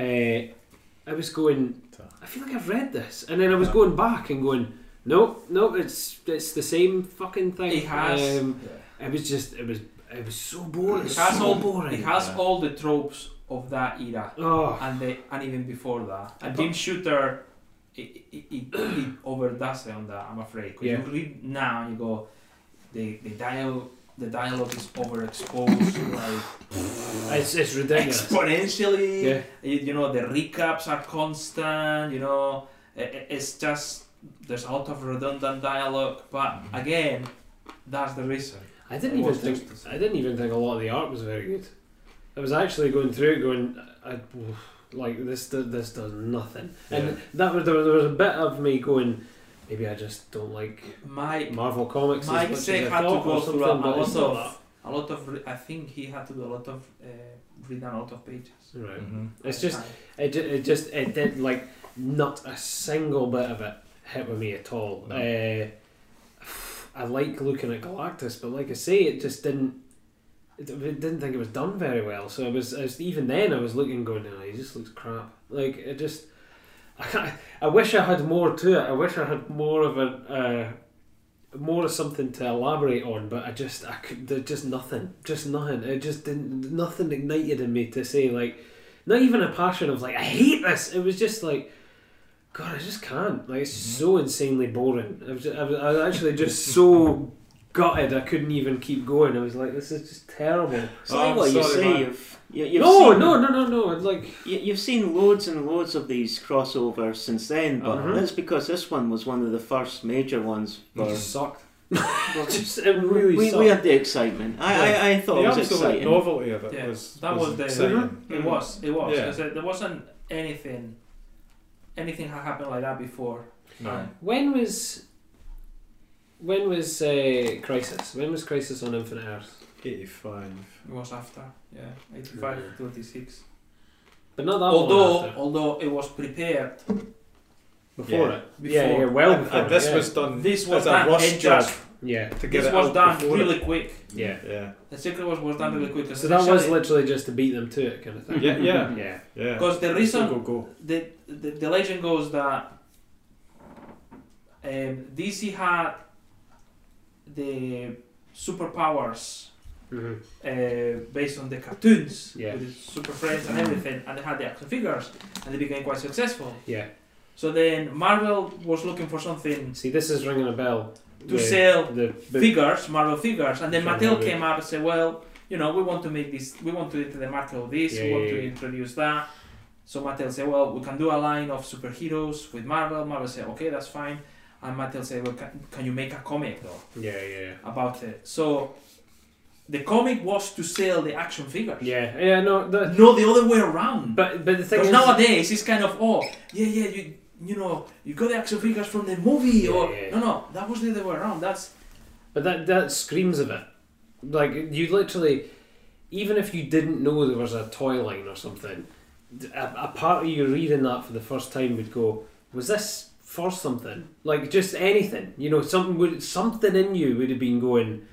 A: I was going,
F: Ta-
A: I feel like I've read this, and then I was going back and going, no, no, it's it's the same fucking thing.
C: It has-
A: Um, it was just it was it was so boring.
C: It
A: It
C: has
A: so
C: all-
A: boring.
C: It has
F: Yeah.
C: all the tropes of that era.
A: oh,
C: and they, and even before that, and
A: But-
C: Jim Shooter, it, it, it, it overdoes it on that. I'm afraid because
A: Yeah.
C: you read now and you go, the the dial the dialogue is overexposed like
A: it's it's ridiculous.
C: exponentially.
A: Yeah,
C: You, you know the recaps are constant. You know i i- it's just there's a lot of redundant dialogue. But
A: Mm-hmm.
C: again, that's the reason.
A: I didn't
C: It
A: even
C: was
A: think
C: just-
A: I didn't even think a lot of the art was very good. I was actually going through it going, I, like this do- this does nothing,
F: Yeah.
A: and that was there, was there was a bit of me going, maybe I just don't like
C: My
A: Marvel comics. as
C: Mike
A: much
C: Seck
A: as I
C: had to
A: thought
C: go
A: or
C: through
A: something,
C: a, a
A: but it's
C: lot
A: not
C: of a lot of re- I think he had to do a lot of uh, read a lot of pages.
A: that. Right.
B: Mhm.
A: It's just It, ju- it just it did like not a single bit of it hit with me at all.
B: No.
A: Uh, I like looking at Galactus, but like I say, it just didn't. It, I didn't think it was done very well. So I was, I was even then I was looking going, no, he just looks crap. Like it just. I, can't- I wish I had more to it. I wish I had more of a. Uh, more of something to elaborate on, but I just I could there's just nothing, just nothing. It just didn't nothing ignited in me to say like not even a passion of like I hate this. It was just like, God, I just can't. Like it's
D: Mm-hmm.
A: just so insanely boring. I was, ju- I was, I was actually just so gutted. I couldn't even keep going. I was like, this is just terrible.
D: So
B: Oh, I'm
D: what you
B: sorry,
D: say,
B: man.
D: you've, you, you've
A: no,
D: seen,
A: no, no, no, no. I'd like
D: You, you've seen loads and loads of these crossovers since then, but
A: Uh-huh.
D: that's because this one was one of the first major ones.
A: it
D: For,
A: just sucked. just, it really
D: we,
A: sucked.
D: we had the excitement. I, I, I thought
B: the
D: it was
B: absolute
D: exciting.
B: novelty of it
C: Yeah,
B: was
C: that was the- uh,
B: exciting.
C: It was. It was.
B: Yeah.
C: 'cause there- there wasn't anything. Anything had happened like that before.
B: No.
A: When was when was uh, Crisis? When was Crisis on Infinite Earth?
B: 85.
C: It was after. Yeah, 85 to 26.
A: But not that
C: Although,
A: long after.
C: although it was prepared.
A: before
B: Yeah.
A: it.
C: Before.
A: Yeah, yeah, well
B: and,
A: before. Uh,
B: and this
A: yeah.
B: was done
C: This was
B: as
C: done
B: a rush
C: in
B: job
C: just-
A: yeah,
B: to get
C: This
B: it
C: was
B: out
C: done
B: before
C: really quick.
A: yeah.
B: Yeah.
C: The Secret Wars was done really quick. 'cause
A: So that was
C: essentially-
A: literally just to beat them to it, kind of thing.
B: Yeah, yeah.
A: yeah.
B: Yeah.
C: Because the reason-
B: Go, go,
C: the, the the legend goes that um, DC had the superpowers
A: Mhm.
C: uh, based on the cartoons
A: Yeah.
C: with the super friends and everything, and they had the action figures, and they became quite successful.
A: Yeah.
C: So then Marvel was looking for something
A: See, this is ringing a bell.
C: to sell
A: the big-
C: figures, Marvel figures, and then
A: Sure,
C: Mattel
A: maybe.
C: came up and said, well, you know, we want to make this, we want to enter the market of this, we
A: Yeah,
C: want
A: yeah,
C: to
A: yeah.
C: introduce that. So Mattel said, well, we can do a line of superheroes with Marvel. Marvel said, okay, that's fine. And Mattel said, well, can, can you make a comic though
A: Yeah, yeah,
C: about it? So the comic was to sell the action figures.
A: yeah, yeah, yeah. No, that,
C: No, the other way around.
A: but but the thing
C: Because
A: is,
C: nowadays it's kind of oh yeah yeah you you know you got the action figures from the movie
A: Yeah,
C: or
A: yeah.
C: no no that was the other way around. That's
A: but that that screams of it. Like you literally, even if you didn't know there was a toy line or something, a, a part of you reading that for the first time would go, "Was this for something? Like just anything? You know, something would something in you would have been going."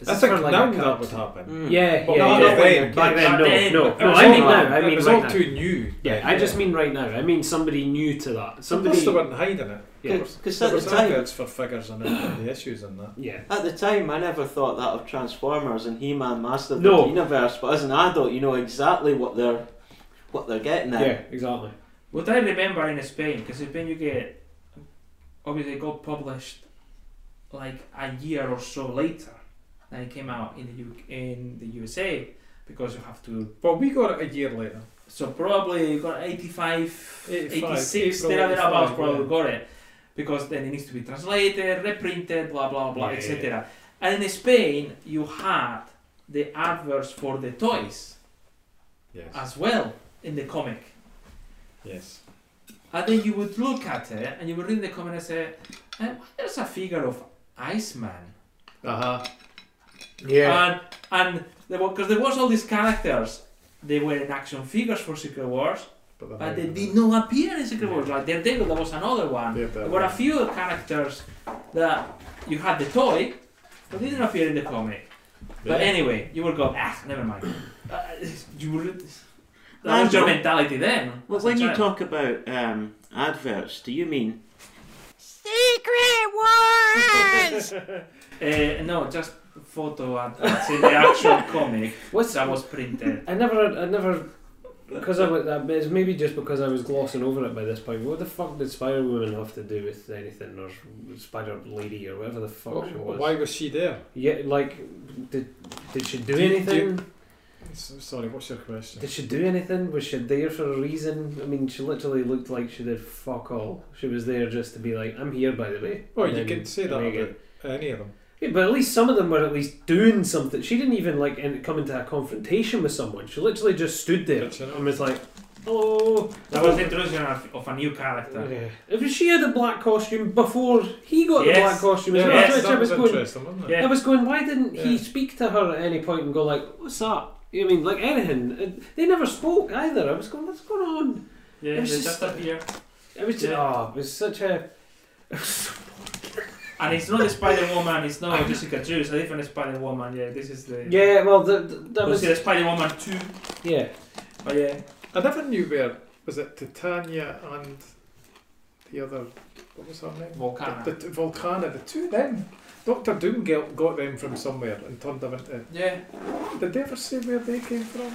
A: Is
B: I
A: this
B: think
A: for, like,
B: now
A: a
B: that
A: cut?"
B: would
C: Mm.
B: happen.
D: Hmm. Mm.
A: Yeah,
B: But
A: yeah,
B: not
A: yeah.
B: back then.
A: Back then,
C: Back
A: no,
C: then.
A: no,
C: It
A: no.
B: was
A: I
B: all
A: mean
B: too-
A: now. I
B: it
A: mean
B: was
A: right
B: all
A: now.
B: too new.
A: Yeah, I just mean right now. I mean somebody new to that. Somebody.
B: Plus they weren't hiding it.
A: Yeah.
D: Because
B: There
D: at the
B: was
D: time,
B: adverts for figures and everything, the issues and that.
A: Yeah.
D: At the time, I never thought that of Transformers and He-Man, Master of
A: No.
D: the Universe, but as an adult, you know exactly what they're what they're getting at.
A: Yeah. Exactly.
C: What I remember in Spain, because in Spain you get obviously it got published like a year or so later than it came out in the UK, in the USA because you have to.
B: Well, we got it a year later.
C: So probably you got 85,
B: 85,
C: 86,
B: April
C: there are thereabouts
B: 85,
C: probably
B: yeah.
C: got it because then it needs to be translated, reprinted, blah blah blah,
A: Yeah, yeah,
C: etc. And in Spain you had the adverts for the toys
B: Yes.
C: as well in the comic.
B: yes.
C: And then you would look at it and you would read the comic and say, "Eh, why there's a figure of Iceman.
B: Uh huh.
C: Ah. And, and there was, because there was all these characters, they were in action figures for Secret Wars,
B: But,
C: but they did not appear in Secret Wars. Like Daredevil, there was another one. There were a few characters that you had the toy, but they didn't appear in the comic. But anyway, you would go, ah, never mind. Uh, you would. That was your mentality then.
D: Well,
C: as a
D: when you
C: child.
D: talk about um, adverts, do you mean
F: Secret Wars!
C: Uh, no, just photo adverts in the actual comic
A: What's
C: that was printed.
A: I never, I never, because I was, I- it's maybe just because I was glossing over it by this point. What the fuck did Spider Woman have to do with anything, or Spider Lady, or whatever the fuck she was?
B: Oh, why was she there?
A: Yeah, like, did did she do
B: Do you- do
A: anything?
B: S- Sorry, what's your question?
A: Did she do anything? Was she there for a reason? I mean, she literally looked like she did fuck all. She was there just to be like, "I'm here, by the way."
B: Well,
A: And
B: Oh, you
A: then
B: can say that
A: make it-
B: about any of them.
A: Yeah, but at least some of them were at least doing something. She didn't even like in, come into a confrontation with someone. She literally just stood there
B: But you know-
A: and was like, "Hello."
C: That was the introduction of, of a new character.
A: Yeah. If she had a black costume before he got the
C: Yes.
A: black costume, as well,
C: Yes,
A: that's
B: that
A: what I was
B: was
A: going.
B: interesting, wasn't it?
C: Yeah.
A: I was going. Why didn't he
B: Yeah.
A: speak to her at any point and go like, "What's up?" I mean, like anything. And They never spoke either. I was going, "What's going on?"
C: Yeah,
A: It
C: they
A: was just-
C: just appear.
A: It was just,
C: Yeah.
A: oh, it was such a.
C: And it's not the Spider Woman, it's not Jessica Drew, it's a different Spider Woman. Yeah, this is the.
A: Yeah, well, the, the, that
C: That
A: was
C: was the Spider Woman 2.
A: yeah.
C: Oh, yeah.
B: I never knew where was it Titania and the other what was her name?
C: Volcana.
B: The, the Volcana. The two of them. Doctor Doom got, got them from somewhere and turned them into.
C: Yeah.
B: Did they ever say where they came from?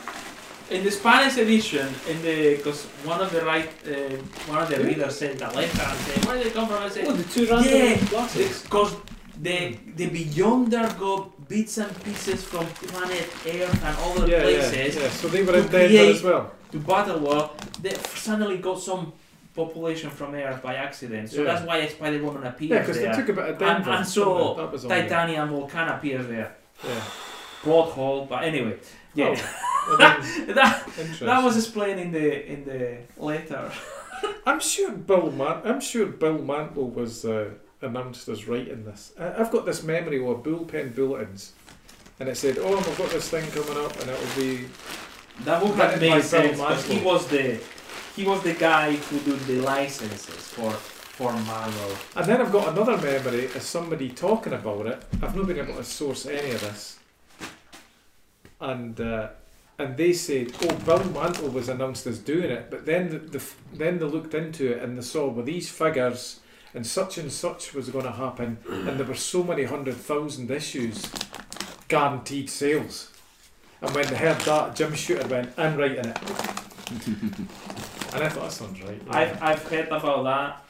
C: In the Spanish edition, in the because one of the right, uh, one of the readers sent a letter and said, "Where did they come from?" I
A: Oh,
C: said,
A: the two random
C: Yeah.
A: glasses.
C: "Because the the Beyonder got bits and pieces from planet Earth and other
B: Yeah, yeah,
C: places
B: yeah. So they were
C: to
B: in Denver
C: create-
B: as well.
C: to battle war. They suddenly got some population from Earth by accident, so
B: Yeah.
C: that's why Spider Woman appears
B: Yeah, because they
C: there.
B: took a bit of
C: And-
B: Denver.
C: and so
B: didn't they? that was all there.
C: Titania and Volcana appears there.
B: Yeah.
C: Plot hole, but anyway,
B: Oh,
C: yeah,
B: I mean,
C: that,
B: interesting.
C: that was explained in the in the letter.
B: I'm sure Bill Man- I'm sure Bill Mantle was uh, announced as writing this. I- I've got this memory of bullpen bulletins, and it said, "Oh, we've got this thing coming up, and it'll be
C: That would
B: That
C: have
B: is
C: made
B: my
C: sense.
B: Bill
C: But he
B: Marshall.
C: was the he was the guy who did the licenses for for Marvel.
B: And then I've got another memory of somebody talking about it. I've not been able to source any of this. And uh, and they said, oh, Bill Mantle was announced as doing it, but then the, the f- then they looked into it and they saw well these figures and such and such was going to happen, and there were so many hundred thousand issues, guaranteed sales. And when they heard that, Jim Shooter went, "I'm writing it," and I thought that sounds right. yeah."
C: I've I've heard about that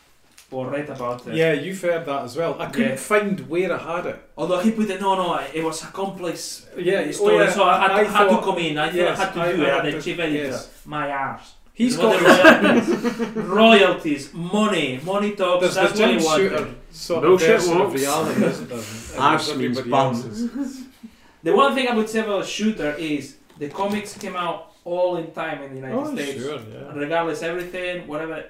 C: or read about it.
B: Yeah, you've heard that as well. I couldn't
C: Yeah.
B: find where I had it.
C: Although he put it no no it was a complex
B: Yeah, oh
C: story,
B: yeah,
C: so I had,
B: I
C: had
B: thought-
C: to come in. I thought
B: yes,
C: I had to
B: I-
C: do
B: I
C: it.
B: had
C: And
B: to-
C: the chief editor,
B: yes.
C: my arse.
B: He's
C: It was
B: got
C: royalties, royalties, money, money talks.
B: There's
C: that's
B: the
C: what
B: Jim
C: he wanted.
B: Shooter sort
D: Bullshit
B: of version of
D: works.
B: reality, isn't there? And
D: Arse
B: there's
D: means
B: everybody
D: bum.
B: else's.
C: Mm-hmm. The one thing I would say about Shooter is the comics came out all in time in the United
B: Oh,
C: States.
B: sure, yeah.
C: regardless everything whatever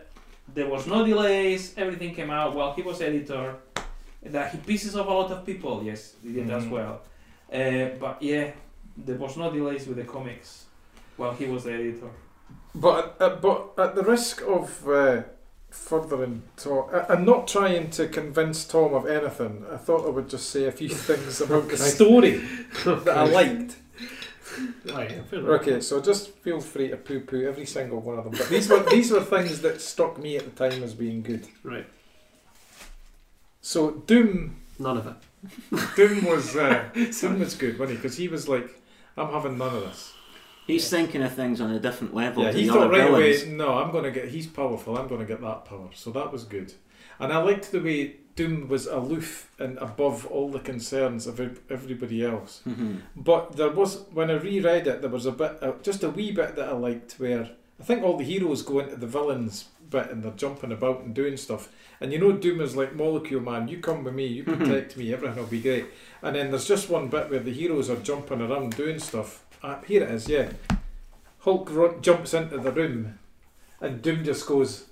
C: there was no delays everything came out while he was editor that he pisses off a lot of people yes he did as
B: Mhm.
C: well uh, but yeah there was no delays with the comics while he was the editor
B: But, uh, but at the risk of uh, furthering Tom, I, I'm not trying to convince Tom of anything. I thought I would just say a few things about the story that I liked.
A: Right, fair enough.
B: Okay, so just feel free to poo poo every single one of them. But these were these were things that struck me at the time as being good.
A: Right.
B: So Doom
A: None of it.
B: Doom was uh, Doom was good, wasn't he? Because he was like, "I'm having none of this."
D: he's thinking of things on a different level
B: yeah,
D: than
B: he
D: the
B: thought
D: other
B: right
D: villains?
B: away, "No, I'm gonna get. He's powerful. I'm gonna get that power." So that was good, and I liked the way Doom was aloof and above all the concerns of ev- everybody else.
D: Mhm.
B: But there was when I reread it, there was a bit, uh, just a wee bit that I liked where I think all the heroes go into the villains bit and they're jumping about and doing stuff. And you know, Doom is like Molecule Man. You come with me, you protect me, everything will be great. Ah, And then there's just one bit where the heroes are jumping around doing stuff. Uh, here it is, yeah. Hulk ro- jumps into the room, and Doom just goes,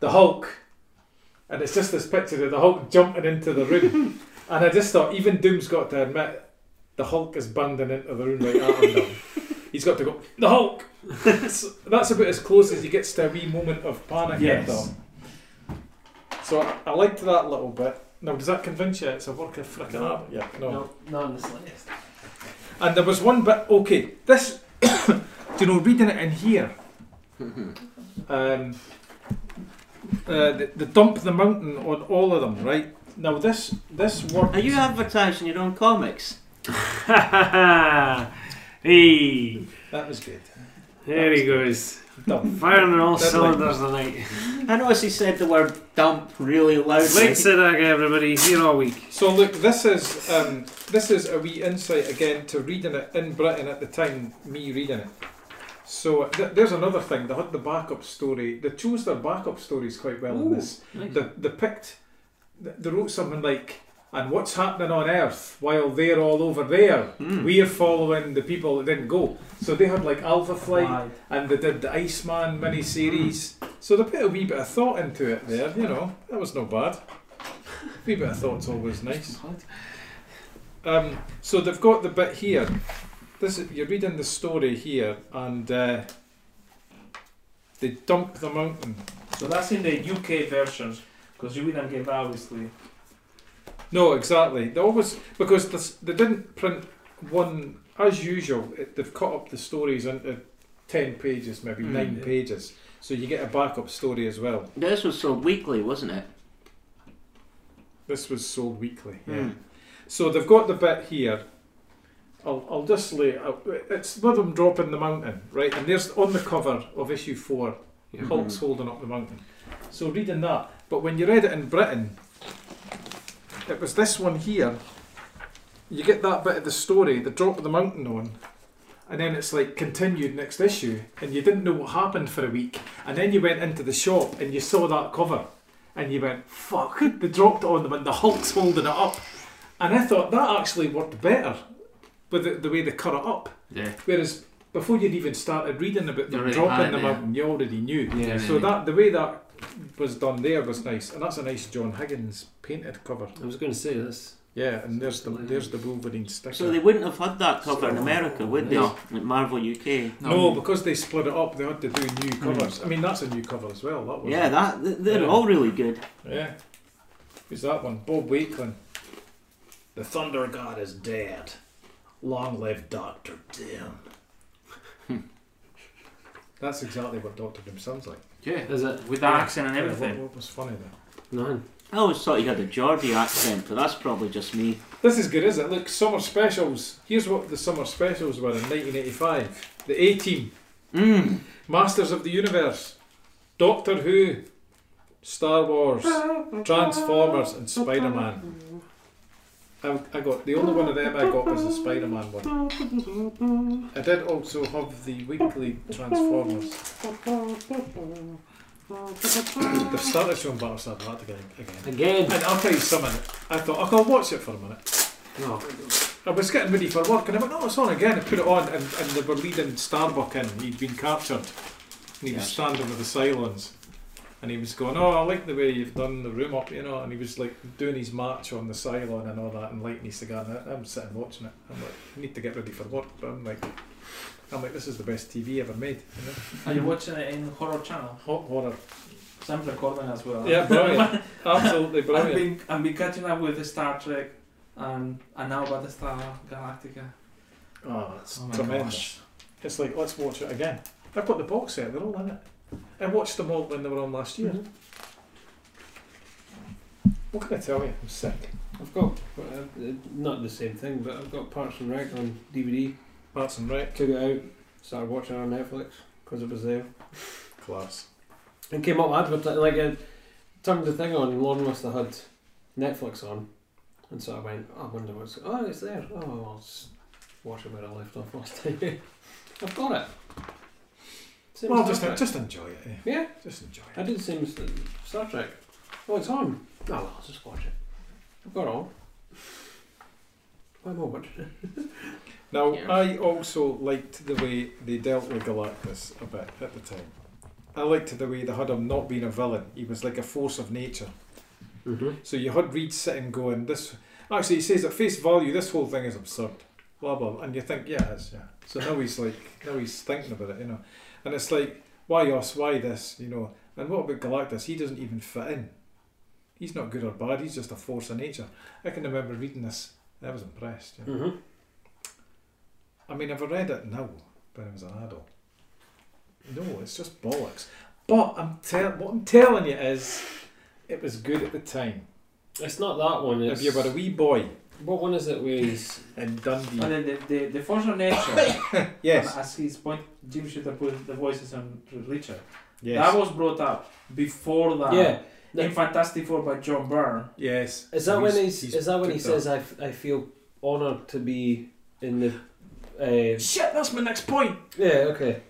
B: "The Hulk," and it's just this picture of the Hulk jumping into the room, and I just thought even Doom's got to admit the Hulk is bounding into the room like that. I'm done. He's got to go, "The Hulk." So that's about as close as he gets to a wee moment of panic. I
C: Yes.
B: thought. So I, I liked that little bit. Now, does that convince you it's a work of frickin' art? Yeah. No.
A: not in the slightest.
B: And there was one bit. Okay, this. do you know? Reading it in here.
D: Mm-hmm.
B: um, uh, the, the dump the mountain on all of them, right? Now this this worked.
D: Are you advertising your own comics?
A: hey,
B: That was good.
A: there he goes.
B: Dump.
A: Firing on all
B: Deadly.
A: cylinders tonight.
D: I noticed he said the word dump really loudly.
A: Late Sadak, everybody, here all week.
B: So look, this is um, this is a wee insight again to reading it in Britain at the time. Me reading it. So th- there's another thing. They had the backup story. They chose their backup stories quite well in
A: Ooh.
B: this. They, they picked, they they wrote something like, and what's happening on Earth while they're all over there?
D: Hmm.
B: We're following the people that didn't go. So they had like Alpha Flight and they did the Iceman miniseries. So they put a wee bit of thought into it there, you know. That was no bad. wee bit of thought's always nice. Um, so they've got the bit here. This is, you're reading the story here, and uh, they dump the mountain.
C: So that's in the UK versions, because you didn't get that obviously.
B: No, exactly. They always because this, they didn't print one as usual. It, they've cut up the stories into ten pages, maybe
D: Mm.
B: nine pages, so you get a backup story as well.
D: This was sold weekly, wasn't it?
B: This was sold weekly. Yeah.
D: Hmm.
B: So they've got the bit here. I'll, I'll just lay it out. It's with them dropping the mountain, right? And there's on the cover of issue four,
A: Yeah.
B: Hulk's holding up the mountain. So reading that, but when you read it in Britain, it was this one here. You get that bit of the story, the drop of the mountain on, and then it's like continued next issue, and you didn't know what happened for a week, and then you went into the shop and you saw that cover, and you went, "Fuck!" They dropped it on them, and the Hulk's holding it up, and I thought that actually worked better with the, the way they cut it up.
E: Yeah.
B: Whereas before you'd even started reading about
E: You
B: them
E: already had
B: dropping
E: it
B: them
E: there.
B: out, and you already knew.
A: Yeah.
B: So that the way that was done there was nice, and that's a nice John Higgins painted cover.
A: I was going to say this.
B: Yeah, and there's the there's the Wolverine sticker.
D: So they wouldn't have had that cover in America, would they?
E: No.
D: At Marvel UK.
B: no, because they split it up, they had to do new covers. I mean, that's a new cover as well. That was
D: Yeah, that th- they're
B: Yeah.
D: all really good.
B: yeah. Who's that one? Bob Wakelin. The Thunder God is dead. Long live Doctor Doom. That's exactly what Doctor Doom sounds like.
E: Yeah.
A: Is it?
C: With the accent and
B: Yeah,
C: everything.
B: What, what was funny there?
A: None.
D: I always thought he had a Geordie accent, but that's probably just me.
B: This is good, isn't it? Look, summer specials. Here's what the summer specials were in 1985. The A Team, Hmm.
D: Mm.
B: Masters of the Universe, Doctor Who, Star Wars, Transformers, and Spider Man. I, I got the only one of them I got was the Spider Man one. I did also have the weekly Transformers. They've started showing Battlestar Galactica again.
A: Again.
B: And I'll tell you something. I thought, "Look, I'll watch it for a minute.
A: Oh,
B: I was getting ready for work and I went, no, it's on again. I put it on and, and they were leading Starbuck in. He'd been captured. And he was
D: Yes.
B: standing with the Cylons. And he was going, oh, I like the way you've done the room up, you know. And he was like doing his march on the Cylon and all that and lighting his cigar. And I- I'm sitting watching it. I'm like, I need to get ready for work. But I'm like, I'm like, this is the best TV ever made. You know?
C: Are you watching it in horror channel?
B: Hot horror.
C: So I'm recording as well.
B: Yeah, brilliant. Absolutely
C: I've
B: brilliant.
C: been I've been catching up with the Star Trek and and now about the Star Galactica.
B: Oh, it's
C: Oh my
B: tremendous.
C: gosh.
B: It's like, let's watch it again. I've got the box set, they're all in it. I watched them all when they were on last year. What can I tell you? I'm sick.
A: I've got uh, uh, not the same thing, but I've got Parks and Rec on DVD.
B: Parts and Rec.
A: Took it out, started watching it on Netflix because it was there,
B: Class.
A: and came up advertising. Like I turned the thing on, Lauren must have had Netflix on, and so I went. Oh, I wonder what's. Oh, it's there. Oh, I'll just watch it where I left off last time. I've got it. Same
B: Well,
A: as
B: just,
A: Star Trek.
B: just enjoy it. eh?
A: yeah.
B: Just enjoy
A: I
B: it.
A: did the same as the Star Trek. Oh, it's on. No, I'll just watch it. I've got it on. I'm over.
B: Now,
A: Yeah.
B: I also liked the way they dealt with Galactus a bit at the time. I liked the way they had him not being a villain. He was like a force of nature.
A: Mm-hmm.
B: So you had Reed sitting going, this. Actually, he says at face value, this whole thing is absurd. Blah, blah. blah. And you think, yeah, it is, yeah. So now he's like, now he's thinking about it, you know. And it's like, why us? Why this? You know. And what about Galactus? He doesn't even fit in. He's not good or bad. He's just a force of nature. I can remember reading this. I was impressed. You know.
A: Mm-hmm.
B: I mean, I've read it now when I was an adult. No, it's just bollocks. But I'm tell what I'm telling you is, it was good at the time.
A: It's not that one. It's,
B: If you were a wee boy
A: what one is it? Where he's
B: in
C: But
B: Dundee,
C: then the, the, the force of nature,
B: yes,
C: as his point, Jim should have put the voices on Richard.
B: yes,
C: That was brought up before that.
A: yeah.
C: In Fantastic Four by John Byrne.
B: yes.
A: Is that when
B: He's-
A: he's,
B: he's
A: is that when he
B: picked
A: says I, f- I feel honoured to be in the
B: up-
A: uh,
B: Shit, that's my next point.
A: yeah okay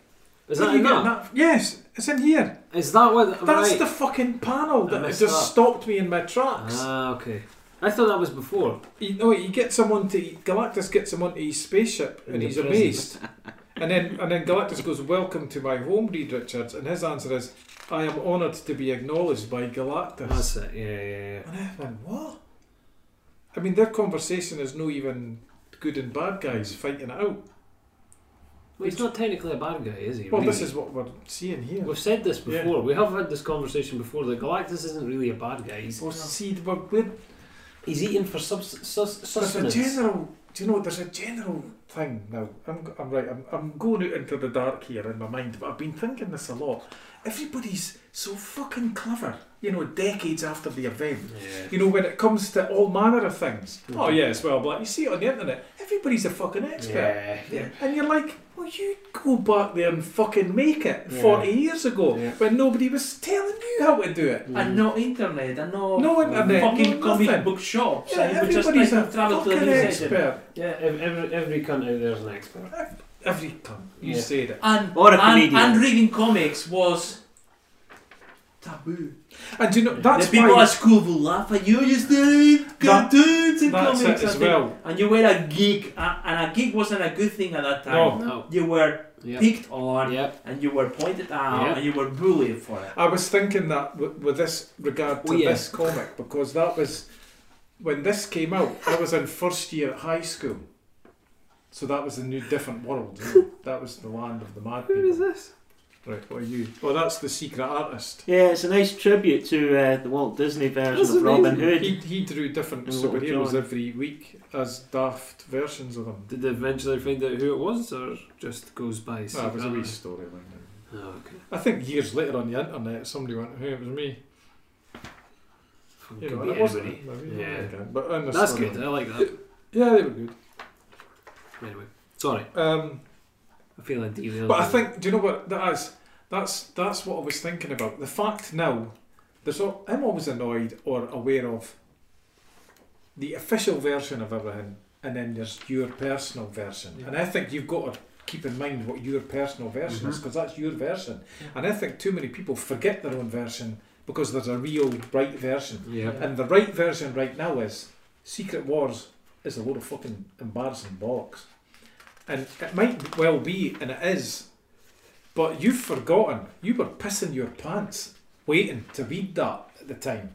A: is
B: Where
A: that
B: you
A: in
B: getting
A: that?
B: that? Yes, it's in here.
A: Is that what
B: That's
A: right.
B: the fucking panel
A: I
B: that
A: messed
B: just
A: up.
B: stopped me in my tracks.
A: ah okay I thought that was before
B: you know, you get someone to Galactus gets him onto his spaceship
A: In
B: and
A: the
B: he's
A: prison.
B: amazed. And then and then Galactus goes, Welcome to my home, Reed Richards and his answer is, I am honoured to be acknowledged by Galactus.
A: that's it yeah
B: And I went, What? I mean their conversation is no even good and bad guys fighting it out.
A: well, he's not technically a bad guy is he
B: Well this
A: really?
B: is what we're seeing here.
A: We've said this
B: Yeah.
A: before. We have had this conversation before. That Galactus isn't really a bad guy. He's,
B: Well see we're, we're,
A: he's eating for subs- sus-
B: there's a
A: sustenance.
B: general do you know there's a general thing now. I'm, g- I'm right, I'm, I'm going out into the dark here in my mind, but I've been thinking this a lot. Everybody's so fucking clever, you know, decades after the event.
A: yeah.
B: You know, when it comes to all manner of things.
A: Mhm.
B: Oh, yes, well, but you see it on the internet. Everybody's a fucking expert.
A: Yeah.
C: Yeah.
B: And you're like, well, you go back there and fucking make it
A: Yeah.
B: 40 years ago
A: Yeah.
B: when nobody was telling you how to do it.
D: Mm.
A: Mm.
C: And no internet, and no,
B: No internet,
C: fucking
B: no
C: comic
B: nothing.
C: book shops.
B: Yeah,
C: and you would just like
B: everybody's a
C: to travel to the
B: fucking
C: news agent.
B: expert.
A: Yeah, ev- every, every cunt out there is an expert.
B: Every time you
A: Yeah.
B: say that.
C: And,
D: Or a
C: and,
D: comedian.
C: and reading comics was taboo.
B: And do you know, that's
C: the people
B: why...
C: at school will laugh at you, you still read
B: That-
C: cartoons and
B: That's
C: comics.
B: it as
C: and, things.
B: well.
C: and you were a geek, uh, and a geek wasn't a good thing at that time.
B: No.
A: No.
C: You were
A: Yep.
C: picked on,
A: Yep.
C: and you were pointed out,
A: Yeah.
C: and you were bullied for it.
B: I was thinking that with, with this regard to
A: Oh, yeah.
B: this comic because that was when this came out. I was in first year at high school, so that was a new different world. You know? that was the land of the mad people.
A: this?
B: Right, what are you? Well, that's the secret artist.
D: Yeah, it's a nice tribute to uh, the Walt Disney version
A: That's
D: of Robin
A: amazing.
D: Hood.
B: He, he drew different
D: And Little
B: superheroes
D: John.
B: every week as daft versions of them.
A: Did they eventually find out who it was, or just goes by?
B: Ah, it was a wee
A: secret?
B: storyline.
A: Oh, okay.
B: I think years later on the internet, somebody went, "Hey, it was me." You
A: Could
B: know,
A: be
B: and it wasn't.
A: anybody.
B: me.
A: Yeah.
B: but in the
A: That's
B: story-
A: good. I like that.
B: Yeah, they were good.
A: Anyway, sorry.
B: Um,
A: I feel like derailed.
B: But I
A: there.
B: think, do you know what that is? That's that's what I was thinking about. The fact now, there's al- I'm always annoyed or aware of the official version of everything, and then there's your personal version.
A: Yeah.
B: And I think you've got to keep in mind what your personal version is
A: Mhm.
B: because that's your version. And I think too many people forget their own version because there's a real right version.
A: Yeah.
B: And the right version right now is Secret Wars is a load of fucking embarrassing bollocks. And it might well be, and it is, but you've forgotten. You were pissing your pants waiting to read that at the time.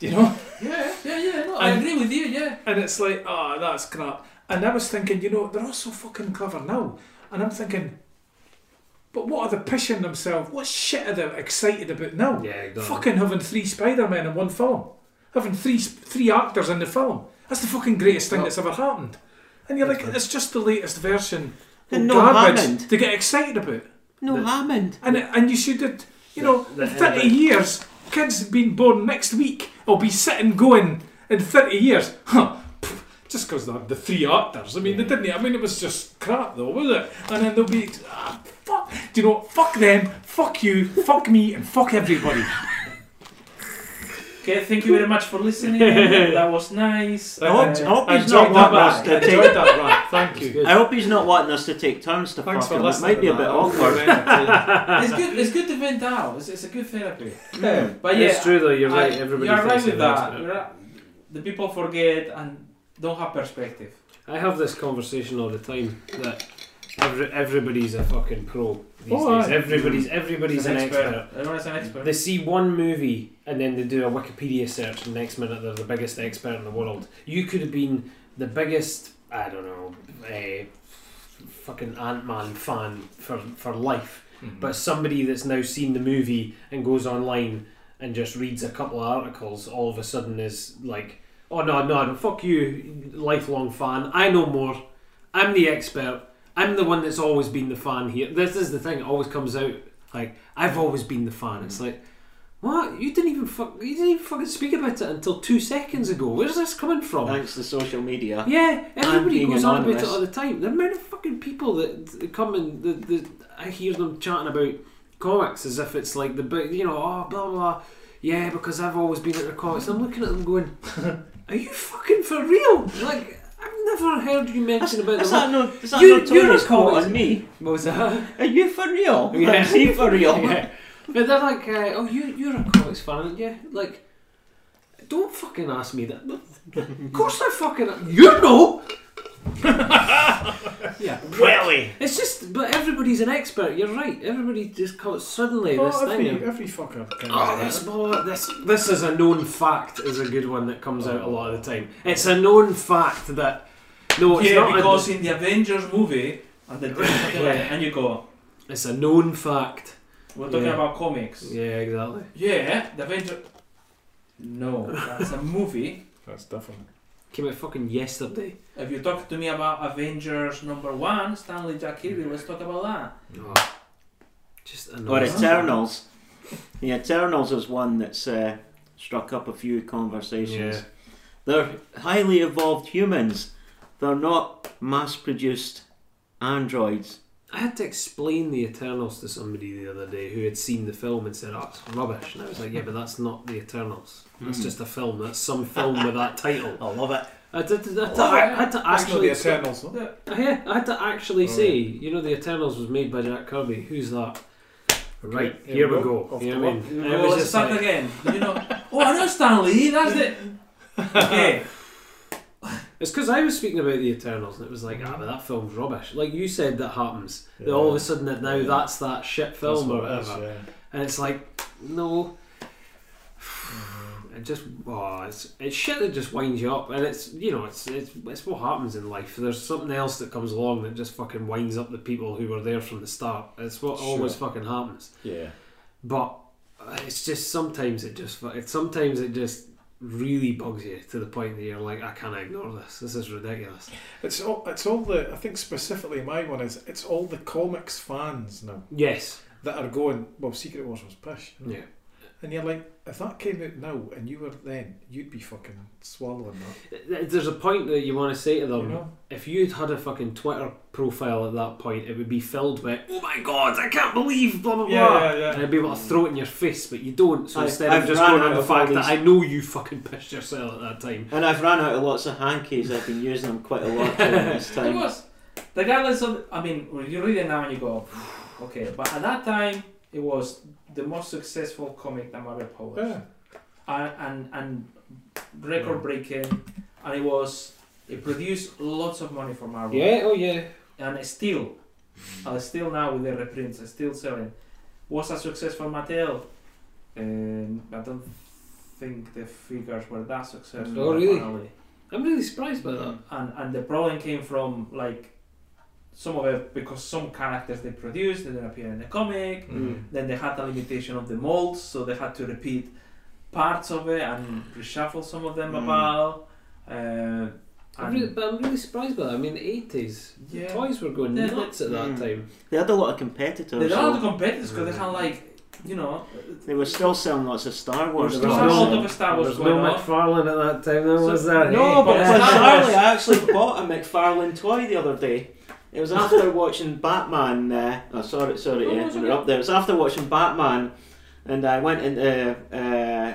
B: You know?
C: Yeah, yeah, yeah. No,
B: I
C: I
B: And-
C: agree with you. Yeah.
B: And it's like, ah, that's crap. And I was thinking, you know, they're all so fucking clever now. And I'm thinking, but what are they pissing themselves? What shit are they excited about now?
A: Yeah. Exactly.
B: Fucking having three Spider Men in one film, having three sp- three actors in the film. That's the fucking greatest thing
A: Well-
B: that's ever happened. And you're like,
A: That's right.
B: it's just the latest version of
D: And no
B: garbage
D: Hammond.
B: to get excited about.
D: no, Hammond.
B: And and you should, have- you know,
A: The-
B: in
A: the end
B: thirty
A: of it.
B: years, kids being born next week will be sitting going in thirty years. Huh. pff, Just because they had the three actors. I mean, they didn't. I mean, it was just crap, though, was it? And then they'll be, ah, fuck. Do you know? Fuck them. Fuck you. fuck me. And fuck everybody.
C: Okay. Thank you very much for listening. that was nice.
D: I hope-
C: Uh,
D: I hope he's
B: enjoyed
D: not one
B: that
D: of us
B: rant.
D: to
B: I
D: take.
B: enjoyed that rant. Thank
A: It's
B: you.
A: good.
D: I hope he's not wanting us to take turns to
B: Thanks
D: fuck
B: for
D: him. It
B: listening.
D: might be a bit awkward.
C: it's good. It's good to vent out. It's, it's a good therapy.
B: Yeah.
C: But yeah,
A: it's true though. You're
C: I-
A: right. Everybody
C: you're right
A: thinks
C: with
A: they're
C: that.
A: an
C: You're
A: expert.
C: right. The people forget, and don't have perspective.
A: I have this conversation all the time that every, everybody's a fucking pro these
B: Oh,
A: days.
B: aye.
A: Everybody's everybody's an, expert.
C: Everyone is an expert.
A: They see one movie and then they do a Wikipedia search, and next minute they're the biggest expert in the world. You could have been the biggest, I don't know, eh, fucking Ant Man fan for, for life,
B: Mm-hmm.
A: but somebody that's now seen the movie and goes online and just reads a couple of articles all of a sudden is like oh no no fuck you lifelong fan i know more i'm the expert i'm the one that's always been the fan here this is the thing it always comes out like i've always been the fan it's like what you didn't even fuck you didn't even fucking speak about it until two seconds ago where's this coming from
D: Thanks to social media.
A: yeah, everybody
D: being
A: goes on about it
D: anonymous.
A: all the time. The amount of fucking people that that come and the, the, I hear them chatting about comics as if it's like the big, you know, oh, blah, blah, blah. Yeah, because I've always been into comics. I'm looking at them going, are you fucking for real? Like, I've never heard you
D: That's,
A: mention about
D: that's
A: the
D: not no, that's not
A: You-
D: no
A: you're
D: Tony's
A: a
D: quote
A: comic-
D: on me.
A: What was that?
D: Are you for real?
A: Yeah.
D: Is he for real?
A: yeah. But they're like, uh, oh, you, you're a comics fan, aren't you? Like, don't fucking ask me that. Of course I fucking... You know!
D: Really?
A: It's just, but everybody's an expert. You're right. Everybody just comes suddenly this
B: Oh,
A: thing. of,
B: every, every fucker. can
A: Oh,
B: do
A: this,
B: that.
A: blah, this this is a known fact. Is a good one that comes out a lot of the time. It's a known fact that no, it's
C: yeah,
A: not.
C: because in the Avengers movie, and, the,
A: Yeah.
C: and you go,
A: a, it's a known fact.
C: we're talking
A: Yeah.
C: about comics.
A: Yeah, exactly.
C: Yeah, the Avenger. No, that's a movie.
B: That's different.
A: Came out fucking yesterday.
C: If you talk to me about Avengers number one, Stanley Jack Kirby, let's talk about that.
A: Oh, just a
D: Or
A: known fact.
D: Eternals. The Eternals is one that's uh, struck up a few conversations.
A: Yeah.
D: They're highly evolved humans. They're not mass-produced androids.
A: I had to explain the Eternals to somebody the other day who had seen the film and said, "Oh, it's rubbish." And I was like, "Yeah, but that's not the Eternals. That's
C: Hmm.
D: Mm.
A: just a film. That's some film with that title."
D: I love it.
A: I did. I, had to-
C: Love it.
A: I had to
B: That's not
A: actually.
B: the Eternals, Oh, though.
A: Yeah, I had to actually
B: Alright.
A: say, you know, the Eternals was made by Jack Kirby. Who's that? Right
B: Okay,
A: here we go.
B: Off
A: You
B: the
A: know what I mean?
C: Oh,
A: I was
C: let's
A: just
C: start
A: like-
C: again. Do you know? oh, I know Stanley. That's it. Okay.
A: It's because I was speaking about the Eternals, and it was like, ah, but that film's rubbish. Like you said, that happens. That all of a sudden, that now that's that shit film or whatever, and it's like, no. It just oh, it's it's shit that just winds you up, and it's you know it's it's it's what happens in life. There's something else that comes along that just fucking winds up the people who were there from the start. It's what always fucking happens.
B: Yeah.
A: but uh, it's just sometimes it just fu- it sometimes it just really bugs you to the point that you're like I can't ignore this this is ridiculous
B: It's all. It's all the. I think specifically my one is. It's all the comics fans now
A: yes
B: that are going. Well, Secret Wars was pish. you know?
A: yeah
B: And you're like, if that came out now and you were then, you'd be fucking swallowing that.
A: Th- th- there's a point that you want to say to them
B: You know?
A: if you'd had a fucking Twitter profile at that point it would be filled with oh my god I can't believe blah blah
B: Yeah,
A: blah
B: yeah, yeah.
A: and I'd be able to throw it in your face but you don't so
D: I-
A: instead
D: I've
A: of just
D: ran
A: going
D: out
A: on the
D: of all
A: fact that
D: these-
A: I know you fucking pissed yourself at that time
D: And I've run out of lots of hankies. I've been using them quite a lot during this
C: It
D: time.
C: was. Regardless of, I mean, when you read it now and you go, okay, but at that time it was the most successful comic that Marvel published,
B: Yeah.
C: and and, and record breaking, and it was it produced lots of money for Marvel,
A: oh yeah
C: and it's still, and it's still now with the reprints, it's still selling. Was a success for Mattel? Um, I don't think the figures were that successful.
A: Oh, really?
C: apparently.
A: I'm really surprised by that
C: And and the problem came from like some of it because some characters they produced they didn't appear in the
D: Mm.
C: comic.
A: Mm.
C: Then they had a limitation of the molds, so they had to repeat parts of it and reshuffle some of them
D: Mm.
C: about. Uh,
A: I'm
C: and
A: really, but I'm really surprised by that I mean the 80s
C: yeah,
A: Toys were going
C: Yeah,
A: nuts at that
D: Mm.
A: time.
D: They had a lot of competitors.
C: they don't have the
D: though.
C: competitors because they had like you know
D: They were still selling lots of Star Wars.
A: There
C: there was
A: was
C: a lot
D: also.
C: of Star Wars
A: There's
C: going
A: no
C: on.
A: McFarlane at that time, though,
C: So-
A: was there?
D: No, but
C: Yeah.
D: bizarrely, I actually bought a McFarlane toy the other day. It was after watching Batman. Uh, oh, sorry, sorry,
C: No,
D: yeah,
C: it's
D: we're
C: okay.
D: up there. It was after watching Batman, and I went into uh, uh,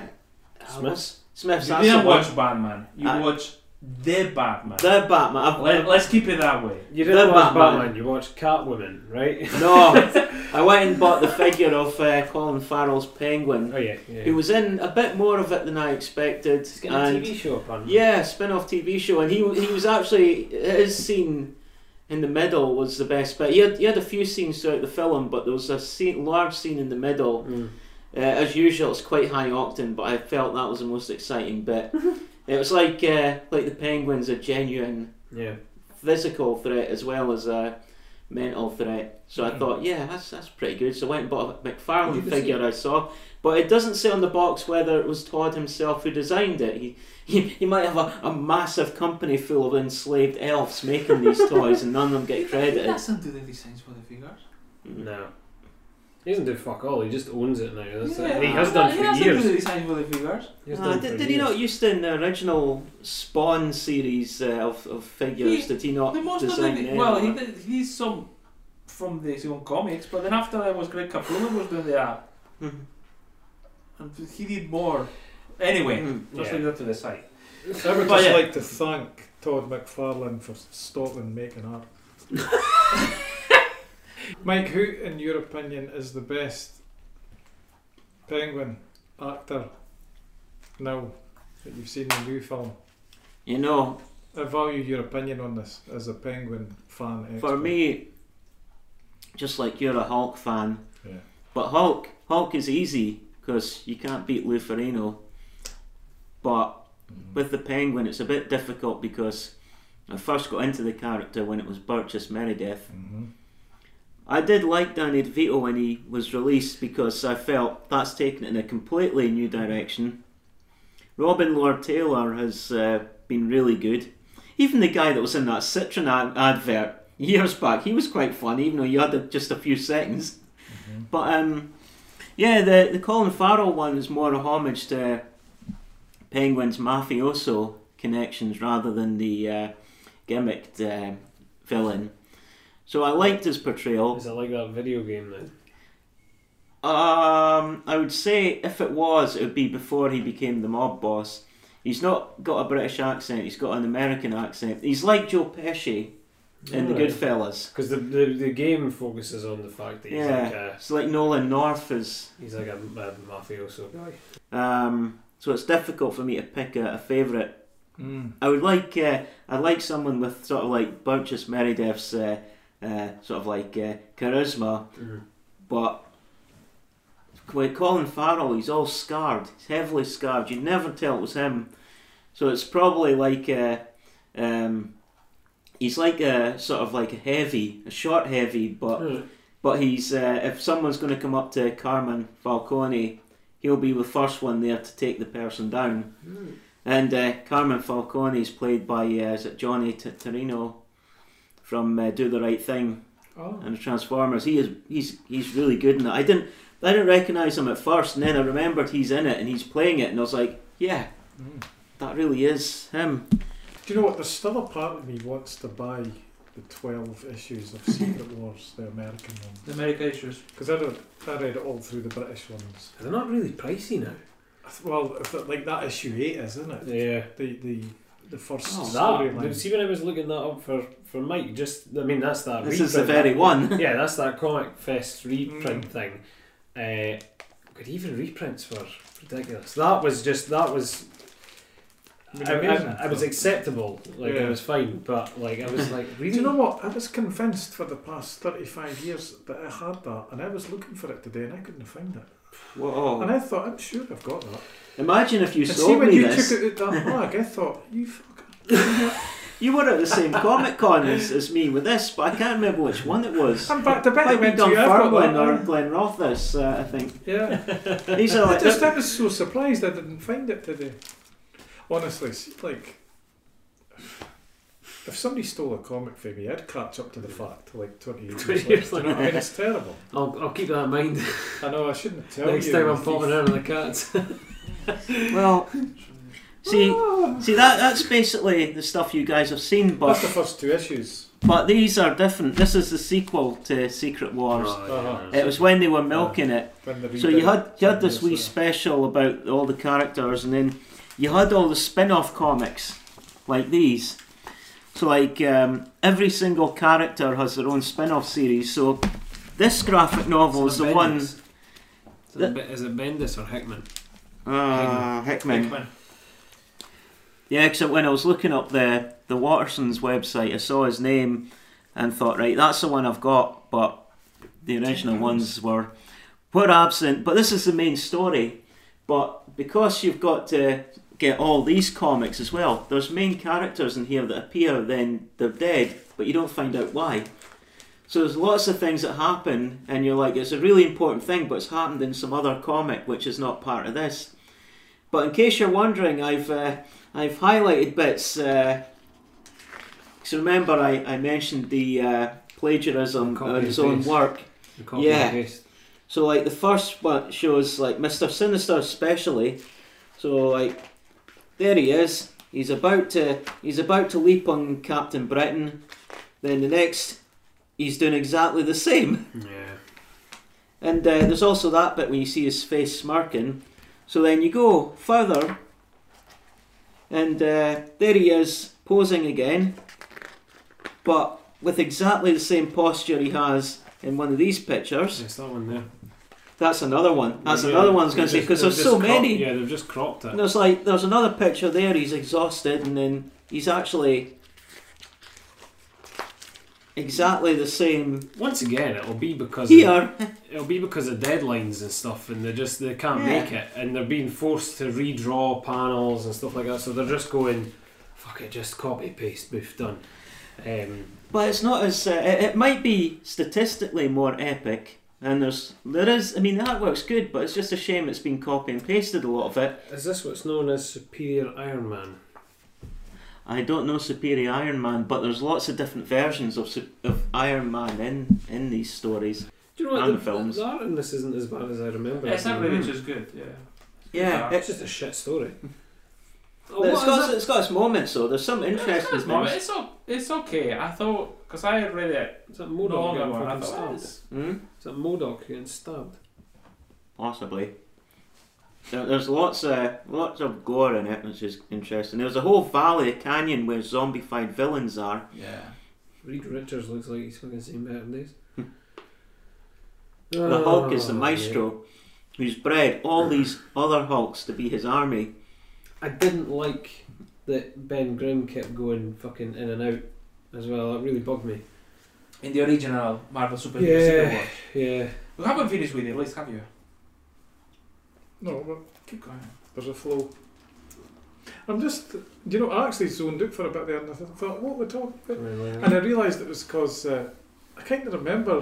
A: Smith's?
D: Smith's.
C: You
D: that's the
C: didn't
D: one.
C: watch Batman. You
D: I-
C: watch the Batman.
D: The Batman. I've,
C: Let, us keep it that way.
A: You didn't
D: The
A: watch
D: Batman.
A: Batman. You watched Catwoman, right?
D: No, I went and bought the figure of uh, Colin Farrell's Penguin.
A: oh yeah, yeah.
D: He was in a bit more of it than I expected.
A: He's getting a
D: and-
A: TV show upon.
D: Yeah, spin-off TV show, and he he was actually his scene in the middle was the best bit. He had he had a few scenes throughout the film, but there was a scene, large scene in the middle.
A: Mm.
D: Uh, as usual, it's quite high octane, but I felt that was the most exciting bit. it was like uh, like the Penguin's a genuine
A: yeah.
D: physical threat as well as a mental threat. So I thought, yeah, that's that's pretty good. So I went and bought a McFarlane
A: Did you see
D: figure I saw, but it doesn't say on the box whether it was Todd himself who designed it. He he, he might have a, a massive company full of enslaved elves making these toys, and none of them get
C: He
D: credited.
C: doesn't do the designs for the figures.
A: No. He doesn't do fuck all. He just owns it now. That's
C: Yeah,
A: it. He has done
C: he
A: for
C: doesn't
A: years.
C: do the designs for the figures.
A: He has
D: Ah,
A: done
D: did,
A: for
D: did he
A: years.
D: not used to in the original Spawn series uh, of, of figures?
C: He-
D: did he not
C: The most of
D: design
C: the
D: any
C: well,
D: of
C: he
D: them?
C: did, he's some from his own comics, but then after that was Greg Capullo was doing that,
D: Mm-hmm.
C: and he did more. Anyway,
D: Mm.
C: just
A: Yeah.
C: leave that to the side.
B: I would
C: But
B: just
C: yeah.
B: like to thank Todd McFarlane for Scotland making art. Mike, who, in your opinion, is the best penguin actor now that you've seen the new film?
D: You know,
B: I value your opinion on this as a penguin fan. Expert.
D: For me, just like you're a Hulk fan,
B: Yeah.
D: but Hulk Hulk is easy because you can't beat Lou Ferrigno. But with the Penguin, it's a bit difficult because I first got into the character when it was Burgess Meredith.
B: hmm
D: I did like Danny DeVito when he was released because I felt that's taken it in a completely new direction. Robin Lord Taylor has uh, been really good. Even the guy that was in that Citron ad- advert years back, he was quite fun, even though you had a- just a few seconds. But um, yeah, the the Colin Farrell one is more a homage to Penguin's mafioso connections rather than the uh, gimmicked uh, villain. So I liked his portrayal.
A: Is it like that video game then?
D: Um, I would say if it was, it would be before he became the mob boss. He's not got a British accent. He's got an American accent. He's like Joe Pesci in The
A: Alright.
D: Goodfellas.
A: Because the, the the game focuses on the fact that he's
D: Yeah.
A: like a
D: It's like Nolan North is.
A: he's like a, a mafioso guy.
D: Um, so it's difficult for me to pick a, a favourite
B: Mm.
D: I would like uh, I like someone with sort of like Burgess Meredith's uh, uh, sort of like uh, charisma,
A: Mhm.
D: but with Colin Farrell, he's all scarred. He's heavily scarred. You'd never tell it was him. So it's probably like uh, um, he's like a sort of like a heavy, a short heavy, but
A: Mm.
D: but he's uh, if someone's going to come up to Carmen Falcone, he'll be the first one there to take the person down. And uh, Carmen Falcone is played by uh, is it Johnny T- Torino from uh, Do the Right Thing
B: Oh,
D: and the Transformers. He is he's he's really good in it. I didn't I didn't recognise him at first, and then I remembered he's in it and he's playing it, and I was like, yeah,
B: Mm.
D: that really is him.
B: Do you know what? There's still a part of me wants to buy the 12 issues of Secret Wars, the American one.
C: The America issues.
B: Because I, don't- I read it all through the British ones.
A: They're not really pricey now.
B: I th- Well, if it, like that issue eight is, isn't it?
A: Yeah.
B: The the the first
D: Oh,
A: That
B: storyline.
A: but see when I was looking that up for for Mike, just I mean that's that.
D: This is the
A: reprint.
D: very one.
A: yeah, that's that comic fest reprint
B: Mm.
A: thing. Uh, God, even reprints were ridiculous. That was just that was.
B: I mean,
A: I,
B: amazing.
A: I, I was acceptable, like I
B: Yeah.
A: was fine, but like I was like
B: Do
A: really.
B: you know what? I was convinced for the past thirty five years that I had that, and I was looking for it today, and I couldn't find it. And
D: Whoa!
B: I thought, I'm sure I've got that.
D: Imagine if you
B: and see
D: sold
B: when
D: me
B: you
D: this.
B: took it out that bag, I thought, you fucker.
D: You were at the same Comic Con as, as me with this, but I can't remember which one it was.
B: I'm back to bed. I
D: Might be
B: went to you. I've
D: Dunfermline or
B: got that.
D: Glen Rothes, uh, I think.
B: Yeah.
D: These are
B: I
D: like
B: just I was so surprised I didn't find it today. Honestly, see, like. If somebody stole a comic from me, I'd catch up to the fact like 20 years
A: 20
B: later.
A: years
B: Do you know what I mean?
D: later.
B: It's terrible.
A: I'll, I'll keep that in mind
B: I know, I shouldn't tell
A: next
B: you.
A: time I'm popping out on the cats.
D: well, see, see that that's basically the stuff you guys have seen,
B: That's the
D: but
B: first two issues.
D: but these are different. This is the sequel to Secret Wars.
B: Uh-huh.
A: Oh, yeah.
D: It was when they were milking it.
B: When the
D: So you had you had this wee special about all the characters, and then you had all the spin-off comics, like these. So, like, um, every single character has their own spin off series. So, this graphic novel is
A: It's an
D: the one.
A: appendix. It's an appe- Is it Bendis or Hickman?
D: Ah, Hickman.
C: Hickman.
D: Yeah, except when I was looking up the the Watterson's website, I saw his name and thought, right, that's the one I've got, but the original ones were were absent. But this is the main story. But because you've got to get all these comics as well, there's main characters in here that appear, then they're dead, but you don't find out why. So there's lots of things that happen, and you're like, it's a really important thing, but it's happened in some other comic which is not part of this. But in case you're wondering, I've uh, I've highlighted bits. Uh, so remember, I, I mentioned the uh, plagiarism
A: Copy
D: of
A: and
D: his own
A: paste.
D: work.
A: The copy
D: Yeah.
A: and paste.
D: So like the first one shows like Mr. Sinister especially. So like there he is. He's about to he's about to leap on Captain Britain. Then the next he's doing exactly the same.
A: Yeah.
D: And uh, there's also that bit when you see his face smirking. So then you go further and uh, there he is posing again. But with exactly the same posture he has in one of these pictures.
A: It's that one there.
D: That's another one. That's
A: Yeah,
D: another one I was
A: they've
D: going to say
A: just-
D: because
A: they've
D: there's
A: just
D: so
A: cro-
D: many.
A: Yeah, they've just cropped it.
D: And there's like there's another picture there. He's exhausted, and then he's actually exactly the same
A: Once again, it'll be because of,
D: here.
A: it'll be because of deadlines and stuff, and they just they can't
D: Yeah.
A: make it, and they're being forced to redraw panels and stuff like that. So they're just going, fuck it, just copy paste, boof done. Um,
D: But it's not as uh, it, it might be statistically more epic. And there's there is I mean the artwork's good, but it's just a shame it's been copy and pasted a lot of it.
A: is this what's known as Superior Iron Man?
D: I don't know Superior Iron Man, but there's lots of different versions of Sup- of Iron Man in in these stories.
A: Do you know what?
D: And
A: the,
D: the films.
A: The art in this isn't as bad as I remember.
C: Yeah, it's not
A: Mm.
C: really just good, yeah. Yeah.
D: Yeah,
A: It's just a shit story. Oh,
D: But it's got, it's got its moments though. There's some interesting
C: It's, not-
D: things.
C: it's, o- it's okay. I thought, because I had read it
A: Is that
C: no
A: Modok
C: longer
A: getting
C: ago, and I
A: fucking
C: thought, "Oh,
A: stabbed?
C: it's-
D: Hmm?
A: Is that Modok getting stabbed?
D: Possibly. There, there's lots of lots of gore in it, which is interesting. There's a whole valley, a canyon where zombified villains are.
C: Yeah.
A: Reed Richards looks like he's fucking seen better days. Oh,
D: The Hulk is the maestro, who's bred all these other Hulks to be his army.
A: I didn't like that Ben Grimm kept going fucking in and out as well. That really bugged me.
C: In the original Marvel Super
A: Yeah.
C: Secret War.
A: Yeah.
C: You haven't finished with it, Liz, have you?
B: No, but
C: Keep going.
B: there's a flow. I'm just, you know, I actually zoned out for a bit there and I thought, what are we talking about? And I realised it was because uh, I kind of remember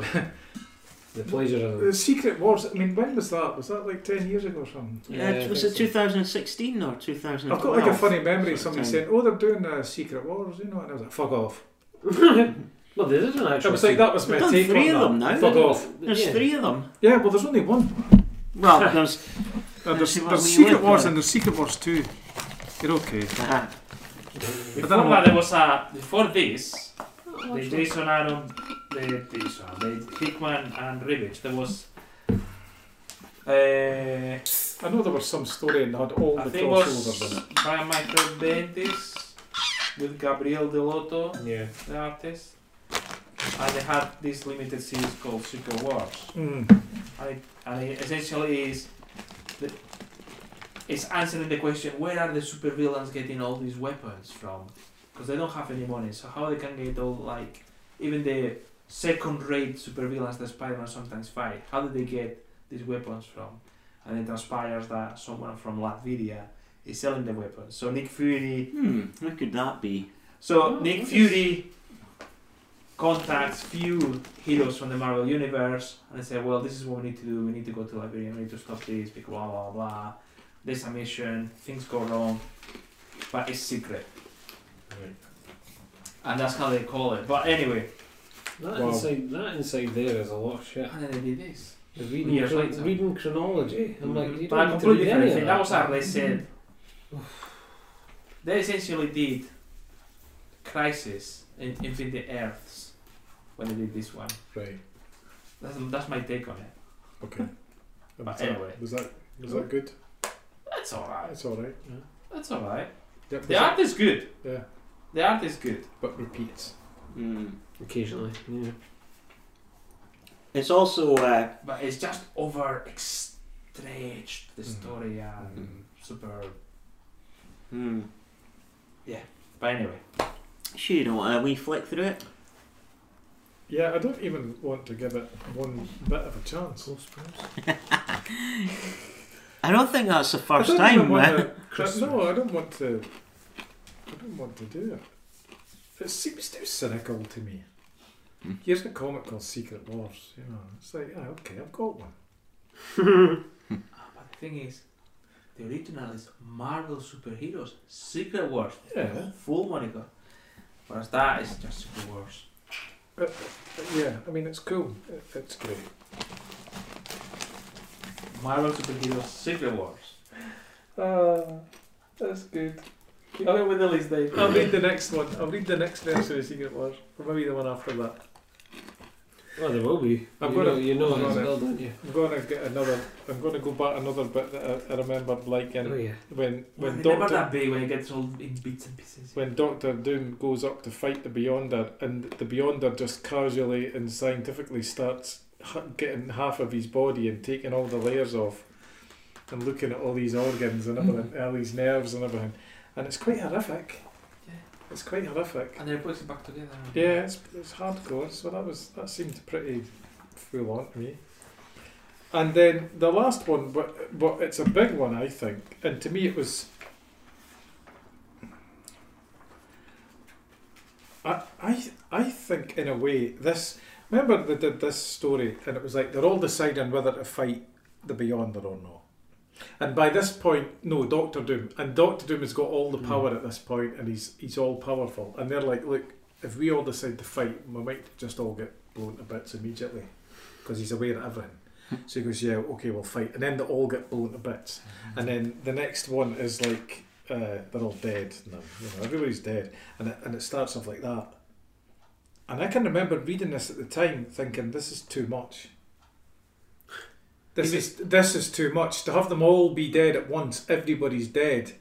A: the plagiarism.
B: the Secret Wars. I mean, when was that? Was that like 10 years ago or something?
D: Yeah,
A: I
D: Uh, was
A: think
D: it
A: so.
D: 2016 or 2012?
B: I've got like a funny memory of
D: sort
B: somebody
D: of
B: saying, oh, they're doing uh, Secret Wars, you know, and I was like, fuck off.
A: Well, there is an
B: I
A: actual.
B: was like, that was my
D: They've done
B: take
D: three
B: on
D: of
B: that.
D: them now,
B: Fuck
D: didn't
B: off.
D: There's
A: yeah.
D: three of them.
B: Yeah, well, there's only one.
D: Well, there's
B: And there's,
D: Actually,
B: there's
D: well, we
B: Secret
D: went
B: Wars
D: there.
B: and there's Secret Wars 2. You're okay.
C: Before
B: then what-
C: that, there was a before this, the Jason Aaron, the Jason, the Hickman and Rivage. There was. Uh,
B: I know there was some story and had all
C: I
B: the
C: think it
B: crossovers in
C: was
B: it.
C: by Michael Bendis with Gabriel Delotto,
A: Yeah.
C: the artist, and they had this limited series called Secret Wars.
B: Mm.
C: and it, and it essentially is the, it's answering the question where are the supervillains getting all these weapons from because they don't have any money so how they can get all like even the second rate supervillains that Spider-Man sometimes fight how do they get these weapons from and it transpires that someone from Latvia is selling the weapons so Nick Fury
D: hmm, what could that be?
C: so
A: Oh,
C: Nick
A: nice.
C: Fury contacts few heroes from the Marvel universe and they say, "Well, this is what we need to do. We need to go to Liberia. We need to stop this. Because blah blah blah. There's a mission. Things go wrong, but it's secret, and that's how they call it. But anyway,
A: That
B: Wow.
A: inside that inside there is a lot of shit.
C: and then they did this.
A: The reading,
C: Years
A: chron-
C: later.
A: reading chronology. I'm like, you
C: but
A: don't need
C: a
A: to
C: completely
A: read any of
C: different thing.
A: that. Mm-hmm.
C: That was how they said. They essentially did Crisis in Infinite Earths when they did this one.
B: Right,
C: That's, that's my take on it.
B: okay. And
C: But
B: was that-
C: anyway.
B: Was that, was that good?
C: That's alright.
B: It's alright. Yeah.
C: That's alright.
B: Yep, was
C: The
B: that-
C: art is good.
B: Yeah.
C: The art is good.
B: but repeats.
D: Mm.
A: Occasionally, yeah.
D: It's also uh,
C: But it's just over stretched the
B: Mhm.
C: story and
B: Mhm.
C: super.
D: hmm.
C: But anyway,
D: Sure, you don't want a wee flick through it.
B: Yeah, I don't even want to give it one bit of a chance.
D: I don't think that's the first
B: I don't even
D: time. eh?
B: want
D: man.
B: to- No, I don't want to. I don't want to do it. It seems too cynical to me.
E: Hmm.
B: Here's a comic called Secret Wars. You know, it's like, ah, okay, I've got one.
C: Ah, but the thing is, the original is Marvel superheroes, Secret Wars,
B: Yeah,
C: full Monica. Whereas that is just Secret Wars.
B: but yeah. I mean, it's cool. It, it's great.
C: Marvel superheroes, Secret Wars.
B: Uh, that's good.
C: Keep going with the list, Dave.
B: I'll read the next one. I'll read the next verse of the Secret Wars, or maybe the one after that.
A: Well, there will be.
B: I've
A: you
B: got
A: know,
B: it.
A: you know
B: I've
A: it as
B: got it.
A: well, don't you?
B: I'm gonna get another. I'm gonna go back another bit that I, I remembered liking
A: Oh yeah.
B: when
C: Well,
B: when
C: remember
B: Doctor
C: that bit when it gets all in bits and pieces.
B: when Doctor Doom goes up to fight the Beyonder, and the Beyonder just casually and scientifically starts h- getting half of his body and taking all the layers off, and looking at all these organs and everything, all these nerves and everything, and it's quite horrific.
C: Yeah.
B: It's quite horrific.
C: And then it puts it back together.
B: Yeah, it's, it's hardcore. So that was that seemed pretty full on to me. And then the last one, but but it's a big one, I think. And to me, it was. I I I think in a way this. Remember they did this story, and it was like they're all deciding whether to fight the Beyonder or not. And by this point, no, Doctor Doom, and Doctor Doom has got all the power at this point, and he's he's all powerful. And they're like, look, if we all decide to fight, we might just all get blown to bits immediately because he's aware of everything. So he goes, yeah, okay, we'll fight. And then they all get blown to bits. And then the next one is like, uh, they're all dead now. You know, everybody's dead. And it, and it starts off like that. And I can remember reading this at the time thinking, this is too much. This is, this is too much. To have them all be dead at once, everybody's dead.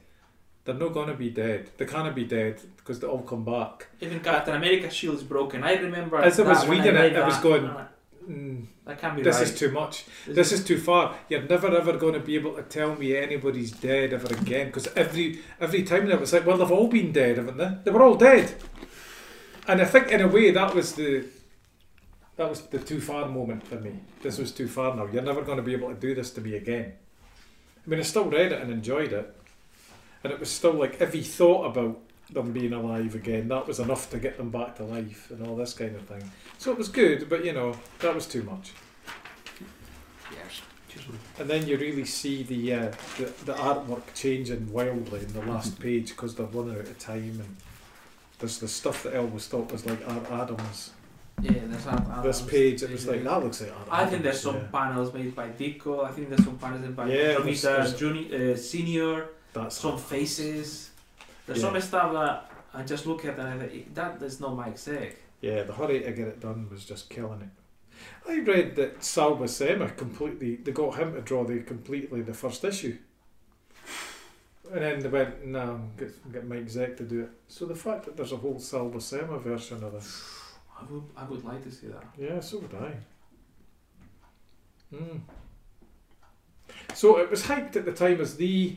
B: They're not going to be dead. They can't be dead because they all come back.
C: Even Captain America's shield is broken. I remember.
B: As I
C: that
B: was
C: when
B: reading
C: read
B: it, I was
C: that.
B: going,
C: I'm like,
B: Mm,
C: That can't be
B: this
C: right.
B: is too much. This is too far. You're never ever going to be able to tell me anybody's dead ever again because every every time that was like, well, they've all been dead, haven't they? They were all dead. And I think in a way that was the that was the too far moment for me. This was too far now. You're never going to be able to do this to me again. I mean, I still read it and enjoyed it, and it was still like if he thought about them being alive again, that was enough to get them back to life and all this kind of thing. So it was good, but you know that was too much.
E: Yes.
B: And then you really see the uh, the, the artwork changing wildly in the
C: Mm-hmm.
B: last page because they're running out of time and there's the stuff that I always thought was like Art Adams.
C: Yeah, there's not.
B: This page, it was like that looks like Art
C: I
B: Adams.
C: think there's some
B: yeah.
C: panels made by Dico. I think there's some panels made by
B: Yeah, there's-
C: Tomita
B: there's-
C: Junior, uh, Senior.
B: That's
C: Some faces. There's
B: Yeah.
C: some stuff that I just look at and I think that is not Mike Sick.
B: Yeah, the hurry to get it done was just killing it. I read that Sal Buscema completely, they got him to draw the completely the first issue. And then they went, no, get, get Mike Zeck to do it. So the fact that there's a whole Sal Buscema version of this,
C: I would, I would like to see that.
B: yeah, so would I. Mm. So it was hyped at the time as the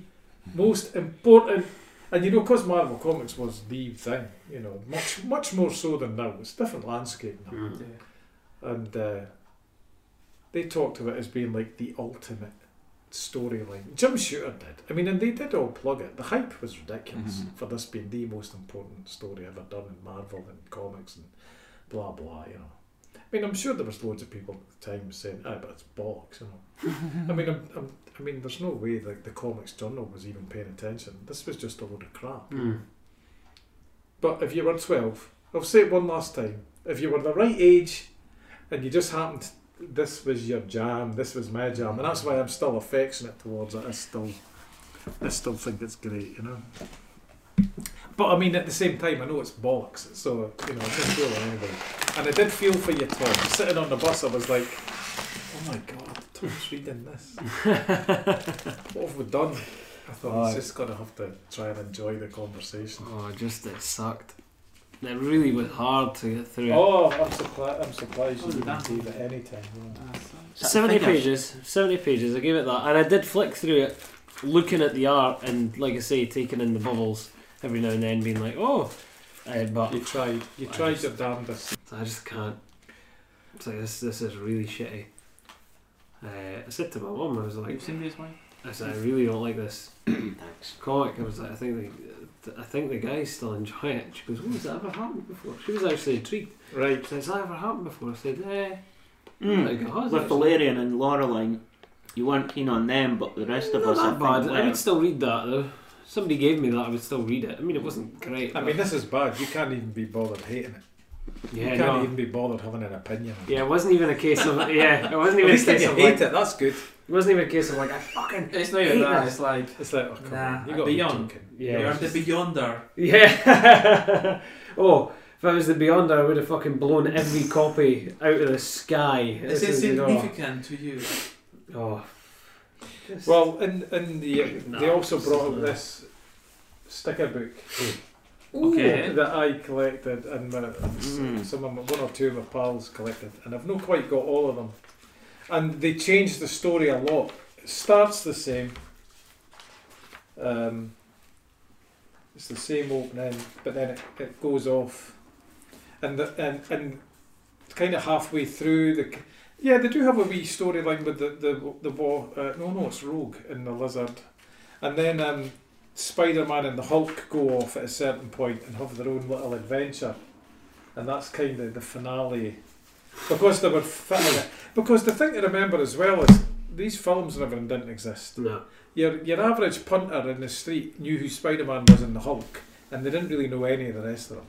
B: most important, and you know, because Marvel Comics was the thing, you know, much much more so than now. It's a different landscape now
A: Hmm.
C: Yeah.
B: and uh, they talked of it as being like the ultimate storyline. Jim Shooter did. I mean, and they did all plug it. The hype was ridiculous
E: Mhm.
B: for this being the most important story ever done in Marvel and comics and blah blah. You know, I mean, I'm sure there was loads of people at the time saying, "Ah, but it's bollocks," you know. I mean, I'm, I'm, I mean, there's no way that the comics journal was even paying attention. This was just a load of crap. But if you were 12, I'll say it one last time. If you were the right age and you just happened, this was your jam, this was my jam, and that's why I'm still affectionate towards it. I still, I still think it's great, you know. But I mean, at the same time, I know it's bollocks, so you know, I just feel anyway. And I did feel for you, Tom. Sitting on the bus, I was like, oh my god, Tom's reading this. what have we done? I thought he's
A: Aye.
B: just gonna have to try and enjoy the conversation.
A: Oh, just it sucked. It really was hard to get through.
B: Oh, I'm, surpri- I'm surprised
C: Oh,
B: you didn't
C: that-
B: leave at any time. yeah.
C: Uh,
D: Is that
A: 70
D: fingers?
A: pages. 70 pages. I gave it that. And I did flick through it, looking at the art and, like I say, taking in the bubbles every now and then, being like, oh. Uh, but
B: You tried. You
A: I
B: tried
A: just-
B: your damnedest.
A: I just can't. It's like, this, this is really shitty. Uh, I said to my mum, I was like,
C: You've seen this one?
A: I said, I really don't like this
D: Thanks.
A: comic. I was like, I think the, I think the guys still enjoy it. She goes, oh, has that ever happened before? She was actually intrigued.
B: Right.
A: She said, has that ever happened before? I said, eh. Like, it has
D: Mm. With
A: actually.
D: Valerian and Laureline, you weren't keen on them, but the rest of
A: Not
D: us, I
A: that
D: think,
A: bad. I
D: were.
A: would still read that though. Somebody gave me that. I would still read it. I
D: Hmm.
A: mean, it wasn't great.
B: I
A: but-
B: mean, this is bad. You can't even be bothered hating it.
A: yeah,
B: you can't
A: no.
B: even be bothered having an opinion. on it.
A: yeah, it wasn't even a case of yeah, it wasn't
B: At
A: even a
B: least if
A: case
B: you
A: of
B: hate
A: like,
B: it, that's good.
A: it wasn't even a case of like I fucking
C: It's not even
A: Hate
C: that.
A: it.
C: It's like
B: It's like, oh, come
C: Nah,
B: on. You got
C: beyond.
B: to be joking.
A: yeah,
C: you're
A: it
C: the
A: was just-
C: beyonder.
A: yeah. oh, if I was the Beyonder, I would have fucking blown every copy out of the sky.
C: It's
A: This is, you know,
C: insignificant to you.
A: Oh, Just-
B: Well, in in the
A: Nah,
B: they also
A: this
B: brought
A: is
B: up
A: a-
B: this sticker book
C: Okay.
B: that I collected and my,
D: Mm.
B: some of my, one or two of my pals collected, and I've not quite got all of them. And they changed the story a lot. It starts the same. Um, it's the same opening, but then it, it goes off, and the, and and kind of halfway through the. c- Yeah, they do have a wee storyline with the the the war. Uh, no, no, it's Rogue and the Lizard, and then um, Spider Man and the Hulk go off at a certain point and have their own little adventure, and that's kind of the finale, because they were fitting it. Because the thing to remember as well is these films and everything didn't exist.
A: no.
B: Your your average punter in the street knew who Spider Man was and the Hulk, and they didn't really know any of the rest of them.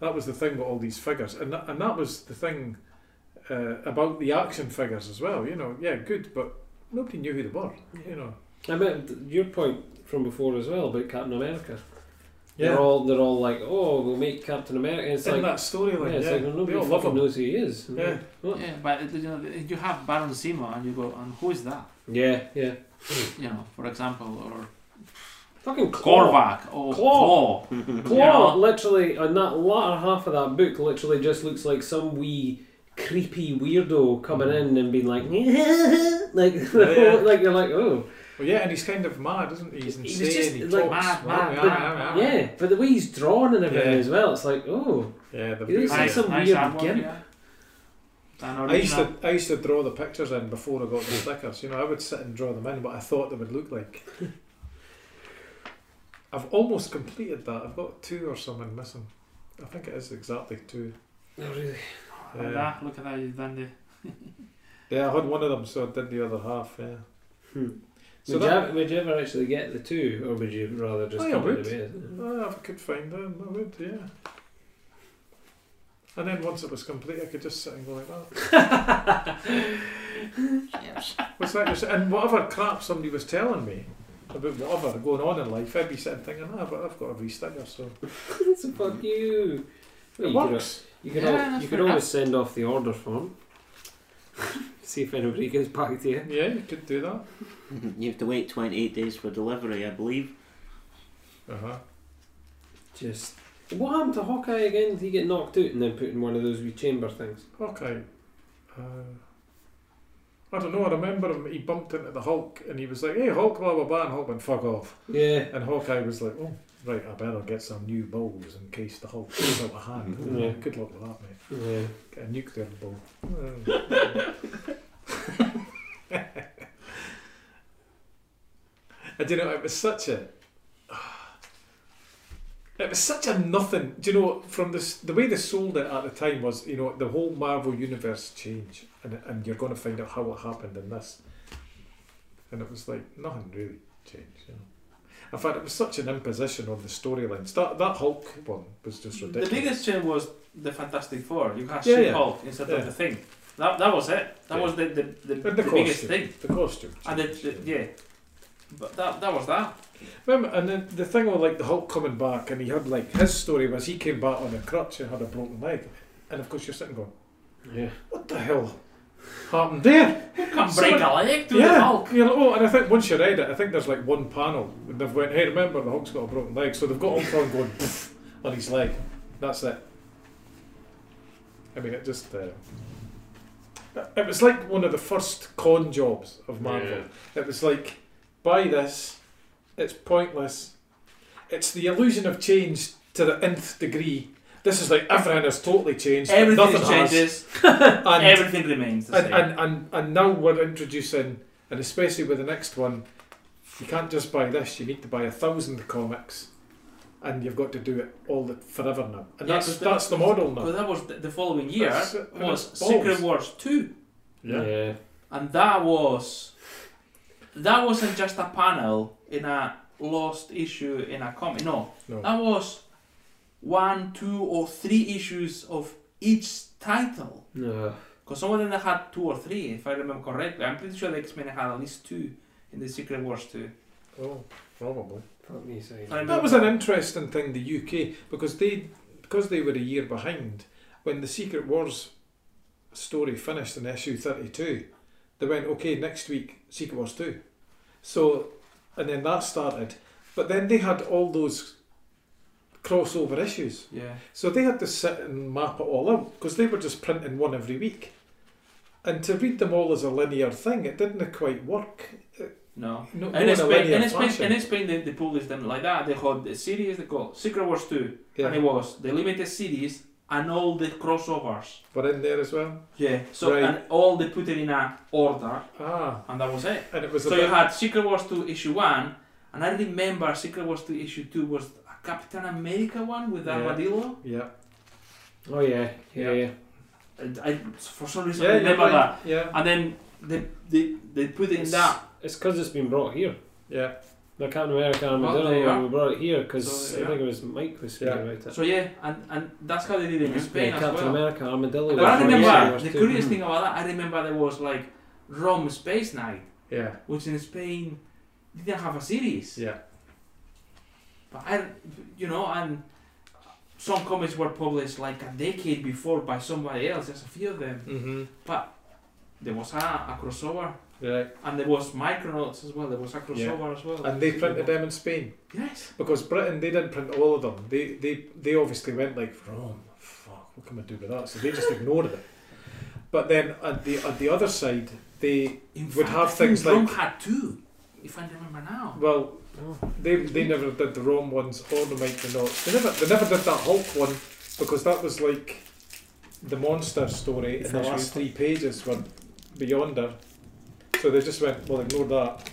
B: That was the thing with all these figures, and that, and that was the thing uh, about the action figures as well. You know, yeah, good, but nobody knew who they were. You know,
A: I mean, your point from before as well about Captain America.
B: yeah,
A: They're all they're all like, oh, we'll make Captain America. It's
B: in
A: like
B: that storyline,
A: yeah, it's
B: yeah,
A: like well,
B: they
A: nobody
B: all love
A: fucking
B: him.
A: knows who he is.
B: Yeah.
A: What?
C: Yeah, but you know, you have Baron Zemo, and you go, and who is that?
A: yeah, yeah.
C: You know, for example, or
A: Fucking Claw.
C: Korvac, or
A: Claw.
C: Claw.
A: Claw
C: Yeah.
A: literally on that latter half of that book literally just looks like some wee creepy weirdo coming in and being like like
B: Oh, Yeah.
A: like you're like oh
B: Well, yeah, and he's kind of mad, isn't he? He's
A: He was
B: insane.
A: just
B: he
A: like
B: talks.
C: mad,
B: well,
C: mad,
B: yeah,
C: mad.
B: yeah, yeah.
A: yeah but the way he's drawn and everything
B: Ah. Yeah.
A: as well it's like oh
B: Yeah, the
A: He looks like
B: boots.
A: some
C: nice
A: weird
C: artwork,
A: gimp.
C: yeah. An
B: I used
C: original-
B: to I used to draw the pictures in before I got the stickers. You know, I would sit and draw them in, what I thought they would look like. I've almost completed that. I've got two or something missing. I think it is exactly two.
A: not really
C: Look at
B: Yeah.
C: that, look at that, you've done the.
B: Yeah, I had one of them, so I did the other half. Yeah.
A: Hmm.
B: So
A: would, you
B: that,
A: ever, would you ever actually get the two or would you rather just
B: Oh, yeah,
A: come
B: I
A: to me
B: Ah, if I could find them, I would. Yeah. And then once it was complete, I could just sit and go like that.
E: Yes.
B: What's that? you're saying? And whatever crap somebody was telling me about whatever going on in life, I'd be sitting thinking, ah, but I've got a wee sticker, so
A: so fuck you
B: it
A: Well, you could-
B: works.
A: You could,
C: Yeah,
A: al-
C: that's
A: you could
C: fair
A: always send off the order form. See if anybody gets back to you.
B: Yeah, you could do that.
D: You have to wait 28 days for delivery, I believe.
B: Uh huh.
A: Just what happened to Hawkeye again? Did he get knocked out and then put in one of those wee chamber things?
B: Okay. Uh, I don't know. I remember him. He bumped into the Hulk, and he was like, "Hey, Hulk, blah blah blah," and Hulk went, "Fuck off."
A: Yeah.
B: And Hawkeye was like, "Oh, right, I better get some new balls in case the Hulk goes out of hand."
A: Yeah.
B: Good luck with that, mate.
A: Yeah.
B: Get a nuclear ball. I do you know it was such a it was such a nothing. Do you know from this the way they sold it at the time was you know the whole Marvel universe change and and you're going to find out how it happened in this, and it was like nothing really changed. You know, in fact it was such an imposition on the storylines. That that Hulk one was just ridiculous.
C: The biggest change was the Fantastic Four. You had
B: Yeah, yeah.
C: She Hulk instead
B: Yeah.
C: of the thing. That, that was it. That
B: Yeah.
C: was the, the, the,
B: But
C: the
B: the
C: biggest
B: costume.
C: thing.
B: the costume.
C: And the, the, yeah. But that, that was that.
B: Remember, and then the thing with like the Hulk coming back, and he had like his story was he came back on a crutch and had a broken leg, and of course you're sitting going,
A: Yeah.
B: what the hell happened there?
C: Who can
B: Someone-
C: break a leg to
B: yeah,
C: the Hulk?
B: you're like, oh, and I think once you read it, I think there's like one panel and they've went, hey, remember the Hulk's got a broken leg, so they've got Ultron going "Pff," on his leg, That's it. I mean, it just. Uh, it was like one of the first con jobs of Marvel. It was like, buy this, it's pointless, it's the illusion of change to the nth degree. This is like everything has totally changed. but
C: Everything
B: nothing
C: changes.
B: Has. And,
C: Everything remains the
B: and,
C: same.
B: and, and, and now we're introducing, and especially with the next one, you can't just buy this, you need to buy a thousand comics. And you've got to do it all the, forever now, and
C: Yeah,
B: that's
C: but
B: that's the
C: that-
B: model
C: But
B: now.
C: that was the, the following year
B: That's it, and
C: was
B: it's
C: Secret
B: balls.
C: Wars two,
A: Yeah. yeah.
C: and that was that wasn't just a panel in a lost issue in a comic. No,
B: No.
C: that was one, two, or three issues of each title.
A: No.
C: Because some of them they had two or three, if I remember correctly. I'm pretty sure the X Men had at least two in the Secret Wars two.
B: Oh, probably.
A: Fuck me, sorry.
C: I remember
B: That was an interesting thing. The UK because they because they were a year behind when the Secret Wars story finished in issue thirty two. They went okay next week Secret Wars two, so and then that started. But then they had all those crossover issues,
C: Yeah.
B: so they had to sit and map it all out because they were just printing one every week. And to read them all as a linear thing, it didn't quite work.
C: No.
B: No, no in
C: And
B: a
C: in Spain,
B: linear
C: and in Spain,
B: fashion.
C: and in Spain they, they published them like that. They had the series they called Secret Wars 2, and it
B: Yeah,
C: was the limited series and all the crossovers.
B: were in there as well.
C: Yeah. So
B: Right.
C: and all they put it in a order,
B: Ah,
C: and that was it.
B: and it was a
C: So
B: bit-
C: you had Secret Wars 2 issue 1, and I remember Secret Wars 2 issue 2 was a Captain America one with
B: Yeah.
C: Armadillo.
B: yeah.
A: Oh yeah, yeah,
C: Yeah.
A: yeah.
C: And I, for some reason, I
B: Yeah, you're
C: remember that.
B: right. Yeah,
C: And then they, they, they put it in
A: It's-
C: that.
A: It's because it's been brought here.
B: yeah.
A: The Captain America
C: there you
A: Armadillo,
C: are.
A: we brought it here because
C: So, yeah.
A: I think it was Mike was speaking
B: Yeah.
A: about it.
C: So yeah, and, and that's how they did it in
E: Yeah,
C: Spain
A: yeah,
C: as
A: Captain
C: well.
A: America Armadillo.
C: But
A: was
C: I
A: brought
C: remember
A: here
C: the
A: too.
C: curious thing about that. I remember there was like Rome Space Night,
B: Yeah,
C: which in Spain didn't have a series.
B: yeah.
C: But I, you know, and some comics were published like a decade before by somebody else. There's a few of them.
B: Mm-hmm.
C: There was a, a crossover,
B: Right.
C: and there was Micronauts as well. There was a crossover as well.
B: And they printed them in Spain
C: Yes.
B: because Britain they didn't print all of them. They they they obviously went like Rome. Fuck, what can we do with that? So they just ignored it. But then at the at the other side, they
C: In
B: Would
C: fact,
B: have
C: I think
B: things like-
C: Rome had two, if I remember now.
B: well
A: Oh.
B: they they never did the Rome ones or the Micronauts. They never they never did that Hulk one because that was like the monster story, and the
A: Essentially.
B: last three pages were beyonder. So they just went, well, ignore that.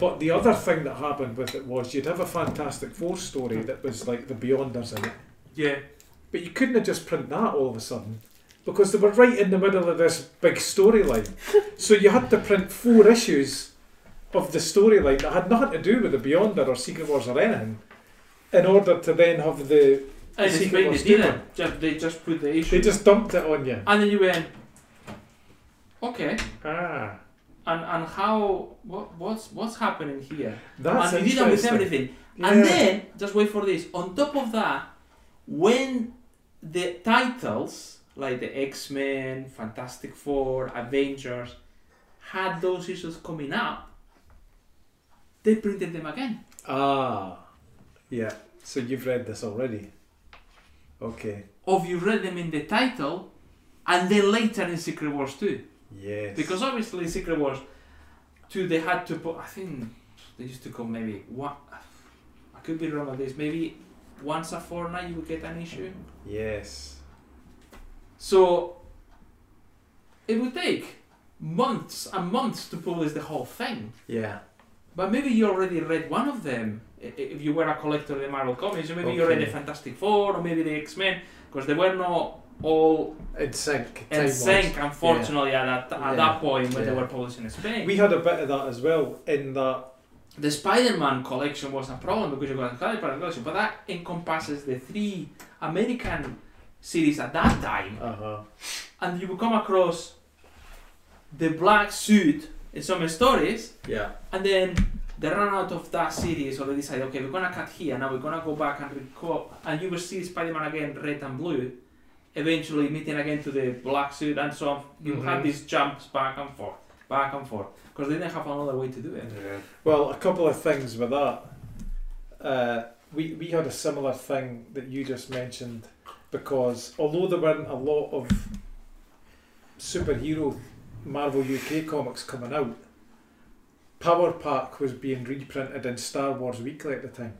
B: But the other thing that happened with it was you'd have a Fantastic Four story that was like the Beyonders in it,
C: Yeah.
B: but you couldn't have just print that all of a sudden because they were right in the middle of this big storyline. so you had to print four issues of the storyline that had nothing to do with the Beyonder or Secret Wars or anything in order to then have the.
C: And in
B: Secret
C: Spain they
B: Wars
C: didn't. Just, they just put the issue.
B: They just dumped it on you.
C: And then you went, okay.
B: Ah.
C: and and how what what's what's happening here?
B: That's
C: and you did that with
B: interesting.
C: everything.
B: Yeah.
C: And then just wait for this. On top of that, when the titles like the X Men, Fantastic Four, Avengers had those issues coming up, they printed them again.
B: Ah, yeah. So you've read this already. Okay.
C: Or you read them in the title, and then later in Secret Wars too.
B: Yes.
C: Because obviously in Secret Wars 2 they had to put I think they used to go maybe one I could be wrong on this, maybe once a fortnight you would get an issue.
B: yes.
C: So it would take months and months to publish the whole thing.
B: Yeah.
C: But maybe you already read one of them. i- i- If you were a collector of the Marvel comics, or maybe you read
B: Okay.
C: the Fantastic Four, or maybe the X Men, because they were not all
B: In sync.
C: in
B: time-wise.
C: sync, unfortunately, at, that, at
B: Yeah.
C: that point when they
B: Yeah.
C: were published in Spain.
B: We had a bit of that as well. In that.
C: The Spider-Man collection was a problem because you got the Spider-Man collection, but that encompasses the three American series at that time,
B: Uh huh.
C: and you would come across the black suit in some stories,
B: Yeah.
C: and then they ran out of that series, or they decided, okay, we're gonna cut here now, we're gonna go back and recall, and you will see Spider-Man again, red and blue, eventually meeting again to the black suit, and so on. you
B: Mhm.
C: had these jumps back and forth, back and forth, because they didn't have another way to do it.
B: Well, a couple of things with that. Uh, we, we had a similar thing that you just mentioned because although there weren't a lot of superhero Marvel UK comics coming out, Power Pack was being reprinted in Star Wars Weekly at the time.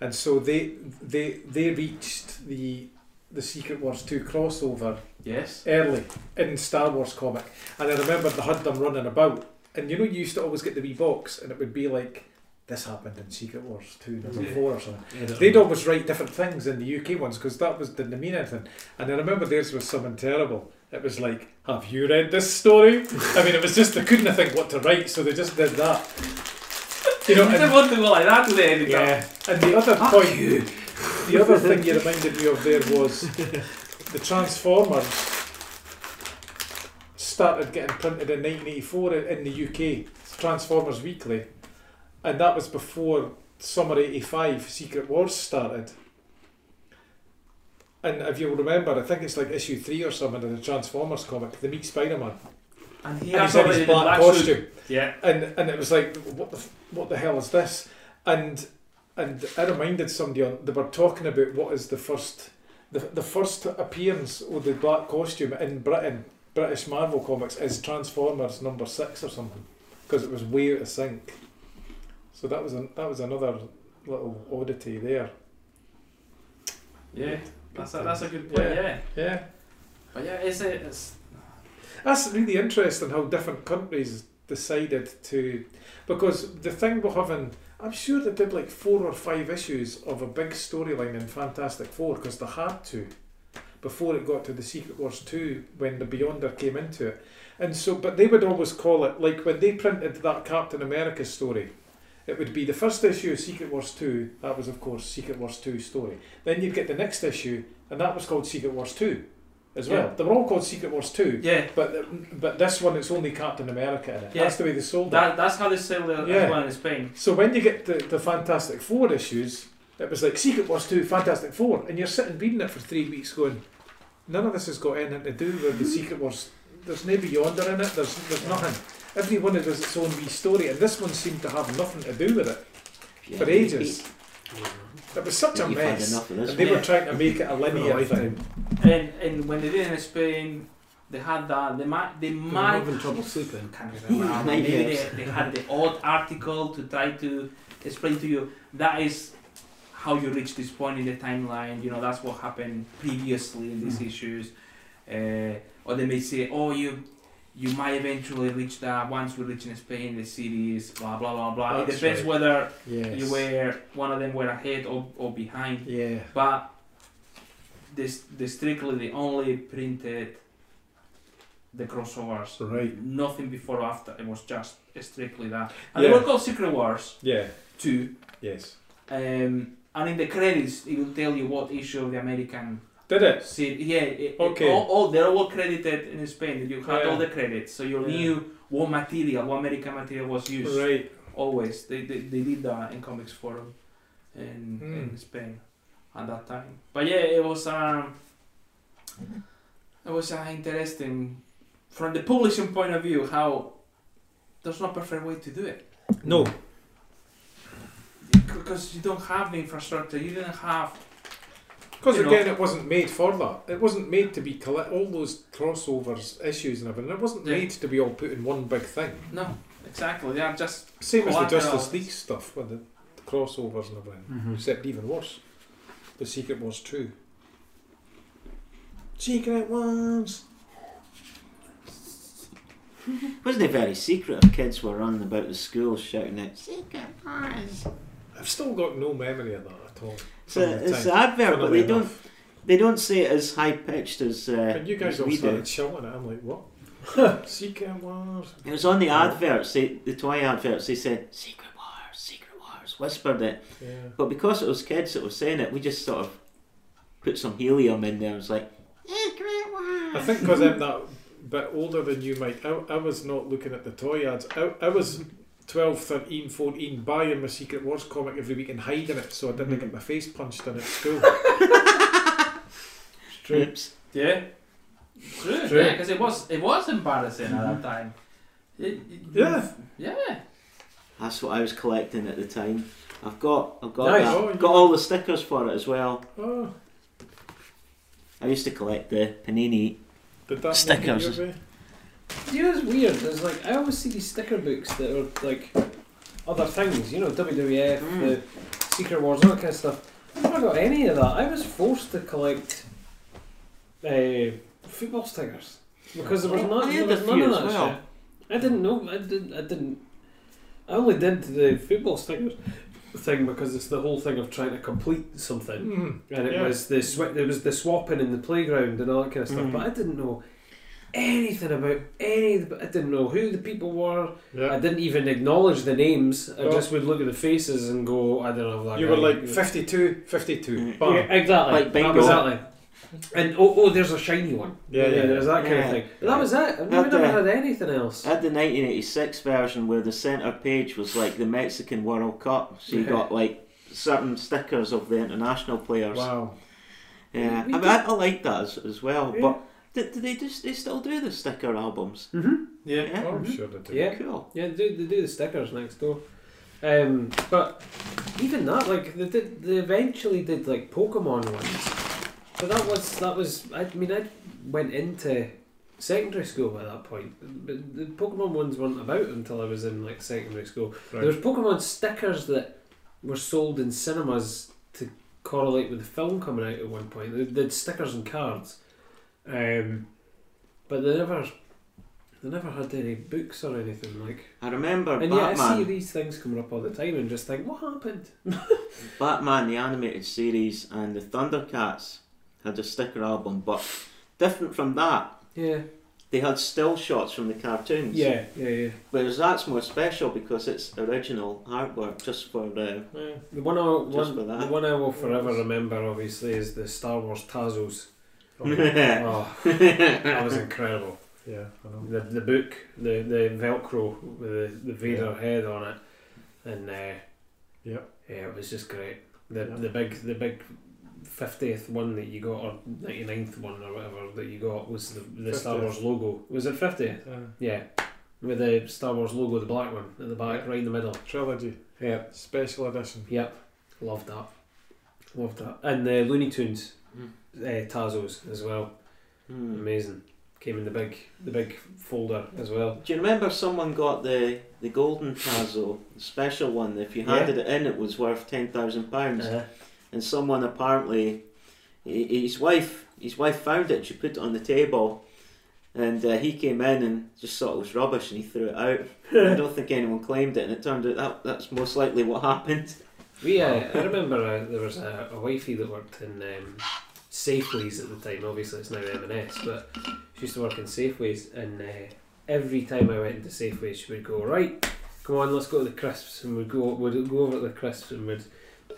B: And so they they they reached the the Secret Wars 2 crossover
C: Yes.
B: early in Star Wars comic, and I remember they had them running about. And you know, you used to always get the wee box, and it would be like, "This happened in Secret Wars two, number
C: Yeah.
B: four, or something."
A: Edit
B: They'd
A: on.
B: always write different things in the UK ones because that was didn't mean anything. And I remember theirs was something terrible. It was like, "Have you read this story?" I mean, it was just they couldn't think what to write, so they just did that. You know,
C: I
B: and,
C: didn't want to go like that to the editor.
B: yeah. And the other
C: Fuck
B: point,
C: you.
B: the other thing you reminded me of there was the Transformers started getting printed in 1984 in in the UK, Transformers Weekly, and that was before summer 85 Secret Wars started. And if you remember, I think it's like issue three or something in the Transformers comic, they meet Spider Man.
C: And he
B: and
C: has
B: he's in his
C: already the
B: black
C: black
B: costume
C: suit. Yeah.
B: and and it was like what the, f- what the hell is this and and I reminded somebody on they were talking about what is the first the, the first appearance of the black costume in Britain British Marvel comics is Transformers number six or something because it was way out of sync so that was an, that was another little oddity there
C: Yeah. That's a, that's a good point.
B: Yeah.
C: Yeah.
B: yeah
C: But yeah, it's a, it's
B: That's really interesting how different countries decided to. Because the thing we're having, I'm sure they did like four or five issues of a big storyline in Fantastic Four because they had to before it got to the Secret Wars 2 when the Beyonder came into it. And so, but they would always call it, like when they printed that Captain America story, it would be the first issue of Secret Wars 2, that was of course Secret Wars 2 story. Then you'd get the next issue, and that was called Secret Wars 2 as well.
C: Yeah.
B: They were all called Secret Wars 2.
C: yeah.
B: But but this one, it's only Captain America in it.
C: Yeah.
B: That's the way they sold it.
C: That that's how they sell the
B: Yeah.
C: yeah. one in Spain.
B: So when you get the, the Fantastic Four issues, it was like Secret Wars 2, Fantastic Four, and you're sitting reading it for three weeks going, none of this has got anything to do with the Secret Wars. There's no Beyonder in it, there's, there's nothing. Every one of it is its own wee story, and this one seemed to have nothing to do with it
D: Yeah.
B: for ages. It was such a
D: You've had
B: mess.
D: enough of this.
B: And they were
C: Yeah.
B: trying to make it a
A: For a
B: linear
A: lifetime.
B: thing.
C: And and when they did it in Spain, they had that. They might they
A: They were
C: might
A: having trouble sleeping.
C: can't remember. how many
D: Maybe
C: they,
D: it's-
C: they had the odd article to try to explain to you that is how you reach this point in the timeline. You know that's what happened previously in these
B: Mhm.
C: issues, uh, or they may say, "Oh, you." You might eventually reach that once we reach in Spain, the cities, blah blah blah blah. it
B: That's
C: depends
B: right.
C: whether
B: Yes.
C: you were one of them were ahead or, or behind.
B: Yeah.
C: But this they strictly they only printed the crossovers.
B: Right.
C: Nothing before or after. It was just strictly that. And
B: Yeah.
C: they were called Secret Wars
B: Yeah.
C: two.
B: Yes.
C: Um, and in the credits it will tell you what issue of the American
B: Did it?
C: series. Yeah, it,
B: Okay.
C: it, all, all they're all credited in Spain. You had
B: Yeah.
C: all the credits, so you
B: Yeah.
C: knew what material, what American material was used
B: Right.
C: always they, they, they did that in comics forum in,
B: Mm.
C: in spain at that time but yeah it was um it was uh, interesting from the publishing point of view how there's no perfect way to do it
B: No.
D: Mm.
C: because you don't have the infrastructure you didn't have
B: Because
C: You know.
B: again, it wasn't made for that. It wasn't made to be colle all those crossovers, issues, and everything. It wasn't
C: Yeah.
B: made to be all put in one big thing.
C: no exactly they are just
B: Same
D: Oh,
B: as the
C: Collateral.
B: Justice League stuff with the crossovers and everything.
A: Mm-hmm.
B: Except even worse, the secret was true. Secret ones.
D: Wasn't it very secret if kids were running about the school shouting out, Secret Wars?
B: I've still got no memory of that at all.
D: It's, a, it's an advert, but they don't they don't say it as high pitched as, uh,
B: When you guys
D: as
B: all
D: we do.
B: started shouting it, I'm like, what? secret ones.
D: It was on the adverts, they, the toy adverts, they said, Secret Wars, Secret Wars, whispered it.
B: Yeah.
D: But because it was kids that were saying it, we just sort of put some helium in there. It was like, Secret Wars.
B: I think because I'm that bit older than you, Mike, I, I was not looking at the toy ads. I, I was 12, 13, 14 buying my Secret Wars comic every week and hiding it so I didn't
A: Mm-hmm.
B: get my face punched in at school.
D: Oops.
C: yeah true
B: True.
C: yeah because it was it was embarrassing at that time It- it-
B: Yeah.
C: yeah
D: That's what I was collecting at the time. I've got, I've got,
A: Nice.
D: that.
B: Oh,
D: got
B: yeah.
D: all the stickers for it as well.
B: Oh,
D: I used to collect the panini.
B: did that make it
D: Stickers.
B: your way?
A: You know, it's weird. It's like I always see these sticker books that are like other things. You know, WWF,
D: Mm.
A: the Secret Wars, all that kind of stuff. I never got any of that. I was forced to collect uh, football stickers because there was
D: I-
A: not
D: Oh, I
A: there
D: had
A: was
D: a
A: none
D: few
A: of
D: as
A: that
D: well.
A: shit. I didn't know. I didn't. I didn't. I only did the football stickers thing because it's the whole thing of trying to complete something.
B: Mm.
A: Mm-hmm. And it
B: Yeah.
A: was the sw- it was the swapping in the playground and all that kind of stuff.
D: Mm.
A: But I didn't know anything about any. of the- I didn't know who the people were. I
B: Yeah.
A: didn't even acknowledge the names. I
B: No.
A: just would look at the faces and go, I don't know. That
B: You
A: guy.
B: were like 52, 52.
D: Mm.
A: Yeah,
B: Bam.
A: exactly.
D: Like bingo.
A: Exactly. And oh, oh, there's a shiny one.
B: Yeah, yeah.
A: there's that kind of
D: Yeah.
A: thing. That was it. I've never,
D: That, uh,
A: never had anything else.
D: I had the 1986 version where the centre page was like the Mexican World Cup, so you
A: Yeah.
D: got like certain stickers of the international players.
B: Wow.
D: Yeah, I,
A: We
D: mean, I, I like that as, as well.
A: Yeah.
D: But do, do they just they still do the sticker albums?
A: hmm
B: Yeah,
D: Yeah. Mm-hmm.
B: Oh, I'm sure they do.
A: Yeah.
D: Cool.
A: Yeah, they do, they do the stickers next door. Um, but even that, like they did, they eventually did like Pokemon ones. But that was that was. I mean, I went into secondary school at that point. But the Pokemon ones weren't about until I was in like secondary school.
B: Right.
A: There was Pokemon stickers that were sold in cinemas to correlate with the film coming out at one point. They did stickers and cards, um, but they never they never had any books or anything like.
D: I remember
A: And yeah, I
D: Batman.
A: see these things coming up all the time and just think, what happened?
D: Batman the animated series and the Thundercats had a sticker album, but different from that,
A: Yeah,
D: they had still shots from the cartoons.
A: yeah, yeah, yeah.
D: Whereas that's more special because it's original artwork just for the
B: Yeah.
A: The one I one,
D: Just for that.
A: the one I will forever remember, obviously, is the Star Wars Tazos. Oh, oh, that was incredible.
B: Yeah, I know.
A: The the book, the the Velcro with the, the Vader head on it, and uh,
B: Yeah.
A: yeah, it was just great. The
B: Yeah.
A: the big the big. 50th one that you got or 99th one or whatever that you got was the, the Star
B: 50th.
A: Wars logo was it 50th
B: Uh,
A: Yeah, with the Star Wars logo, the black one at the back, right in the middle.
B: trilogy.
A: Yep.
B: Special edition.
A: Yep, loved that. Loved that. And the Looney Tunes uh, Tazos as well,
D: Hmm.
A: amazing. Came in the big, the big folder as well.
D: Do you remember someone got the the golden Tazo, the special one? If you
A: Yeah. Uh-huh.
D: handed it in, it was worth ten thousand pounds. and someone apparently hi- his wife his wife found it she put it on the table and uh, he came in and just thought it was rubbish and he threw it out i don't think anyone claimed it and it turned out that that's most likely what happened
A: We, uh, I remember uh, there was a, a wifey that worked in um, Safeways at the time. Obviously, it's now M&S, but she used to work in Safeways, and uh, every time I went into Safeways, she would go, "Right, come on, let's go to the crisps," and we'd go, we'd go over to the crisps and we'd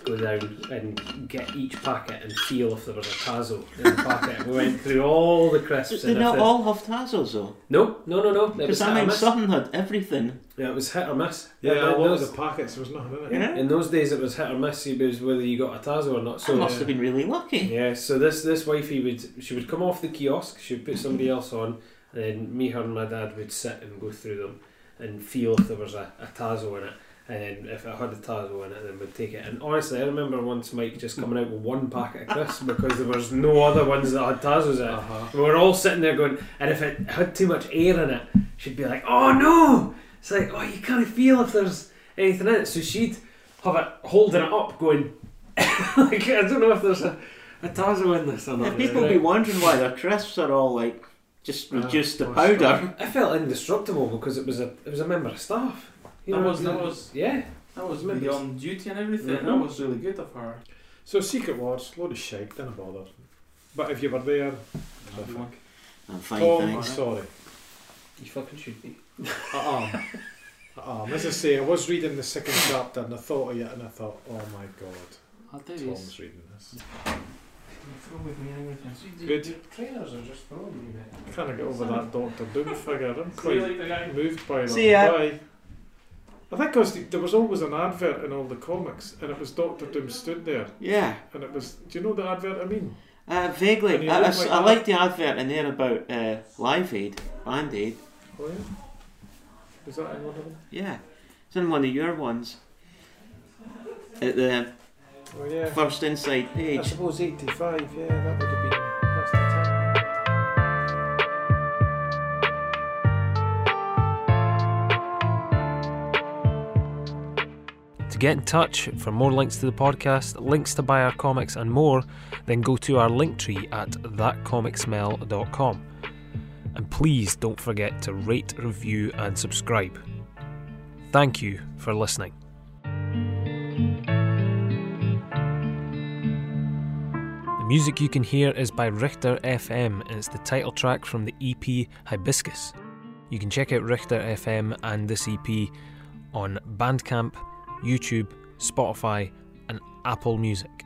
A: go down and get each packet and feel if there was a tazo in the packet. we went through all the crisps.
D: they
A: and if
D: not
A: the-
D: all have tazos though
A: No, no, no, no. It
D: because
A: was
D: I
A: hit or
D: mean
A: miss.
D: Sutton had everything
A: Yeah, it was hit or miss.
B: Yeah,
A: In
B: a lot of
A: those-
B: the packets, there was nothing in it.
D: yeah
A: in those days, it was hit or miss. It was whether you got a tazo or not.
D: I
A: So
D: must have been really lucky
A: Yeah, so this this wifey would she would come off the kiosk, she would put somebody else on, and then me, her, and my dad would sit and go through them and feel if there was a, a tazo in it, and then if it had a tazo in it, then we'd take it. And honestly, I remember once Mike just coming out with one packet of crisps because there was no other ones that had tazos in it.
B: Uh-huh.
A: We were all sitting there going, and if it had too much air in it, she'd be like, "Oh no!" It's like, "Oh, you can't feel if there's anything in it." So she'd have it holding it up, going, like, "I don't know if there's a, a tazo in this or
D: yeah,
A: not."
D: people
A: Right.
D: be wondering why their crisps are all like just
B: Ah,
D: reduced to
B: well,
D: powder
A: I felt indestructible because it was a it was a member of staff.
C: That was- that was-
A: yeah.
C: That was
A: Remember-
C: maybe on duty and everything.
A: Mhm.
C: That was really good of her.
B: So Secret Wars, load of shite, didn't bother. But if you were there,
C: Everyone.
D: I'm fine
B: Tom,
D: thanks
B: sorry.
A: You fucking should be.
B: I am. I am. Uh-uh. As I say, I was reading the second chapter and I thought of it and I thought, oh my god,
C: I'll do this.
B: Tom's reading this.
C: You throw with me and everything.
B: Good.
A: Trainers are just throwing you, man.
B: Can I get over that Doctor Doom figure? I'm
C: See you
B: quite
C: later, guys.
B: moved by that.
D: See ya.
B: Bye. I think 'cause there was always an advert in all the comics, and it was Doctor Doom stood there,
D: yeah
B: and it was. Do you know the advert I mean?
D: uh,
B: And
D: vaguely
B: you
D: I, I
B: look
D: s-
B: like
D: I
B: that.
D: like the advert in there about uh, Live Aid Band Aid
B: Oh yeah. Was that in one of them?
D: Yeah, it's in one of your ones. at the
B: Oh, yeah.
D: first inside
B: I
D: page.
B: suppose 85, yeah, that would have been. That's the time.
A: To get in touch for more links to the podcast, links to buy our comics, and more, then go to our link tree at thatcomicsmell.com. And please don't forget to rate, review, and subscribe. Thank you for listening. The music you can hear is by Richter FM and it's the title track from the EP Hibiscus. You can check out Richter FM and this E EP on Bandcamp, YouTube, Spotify, and Apple Music.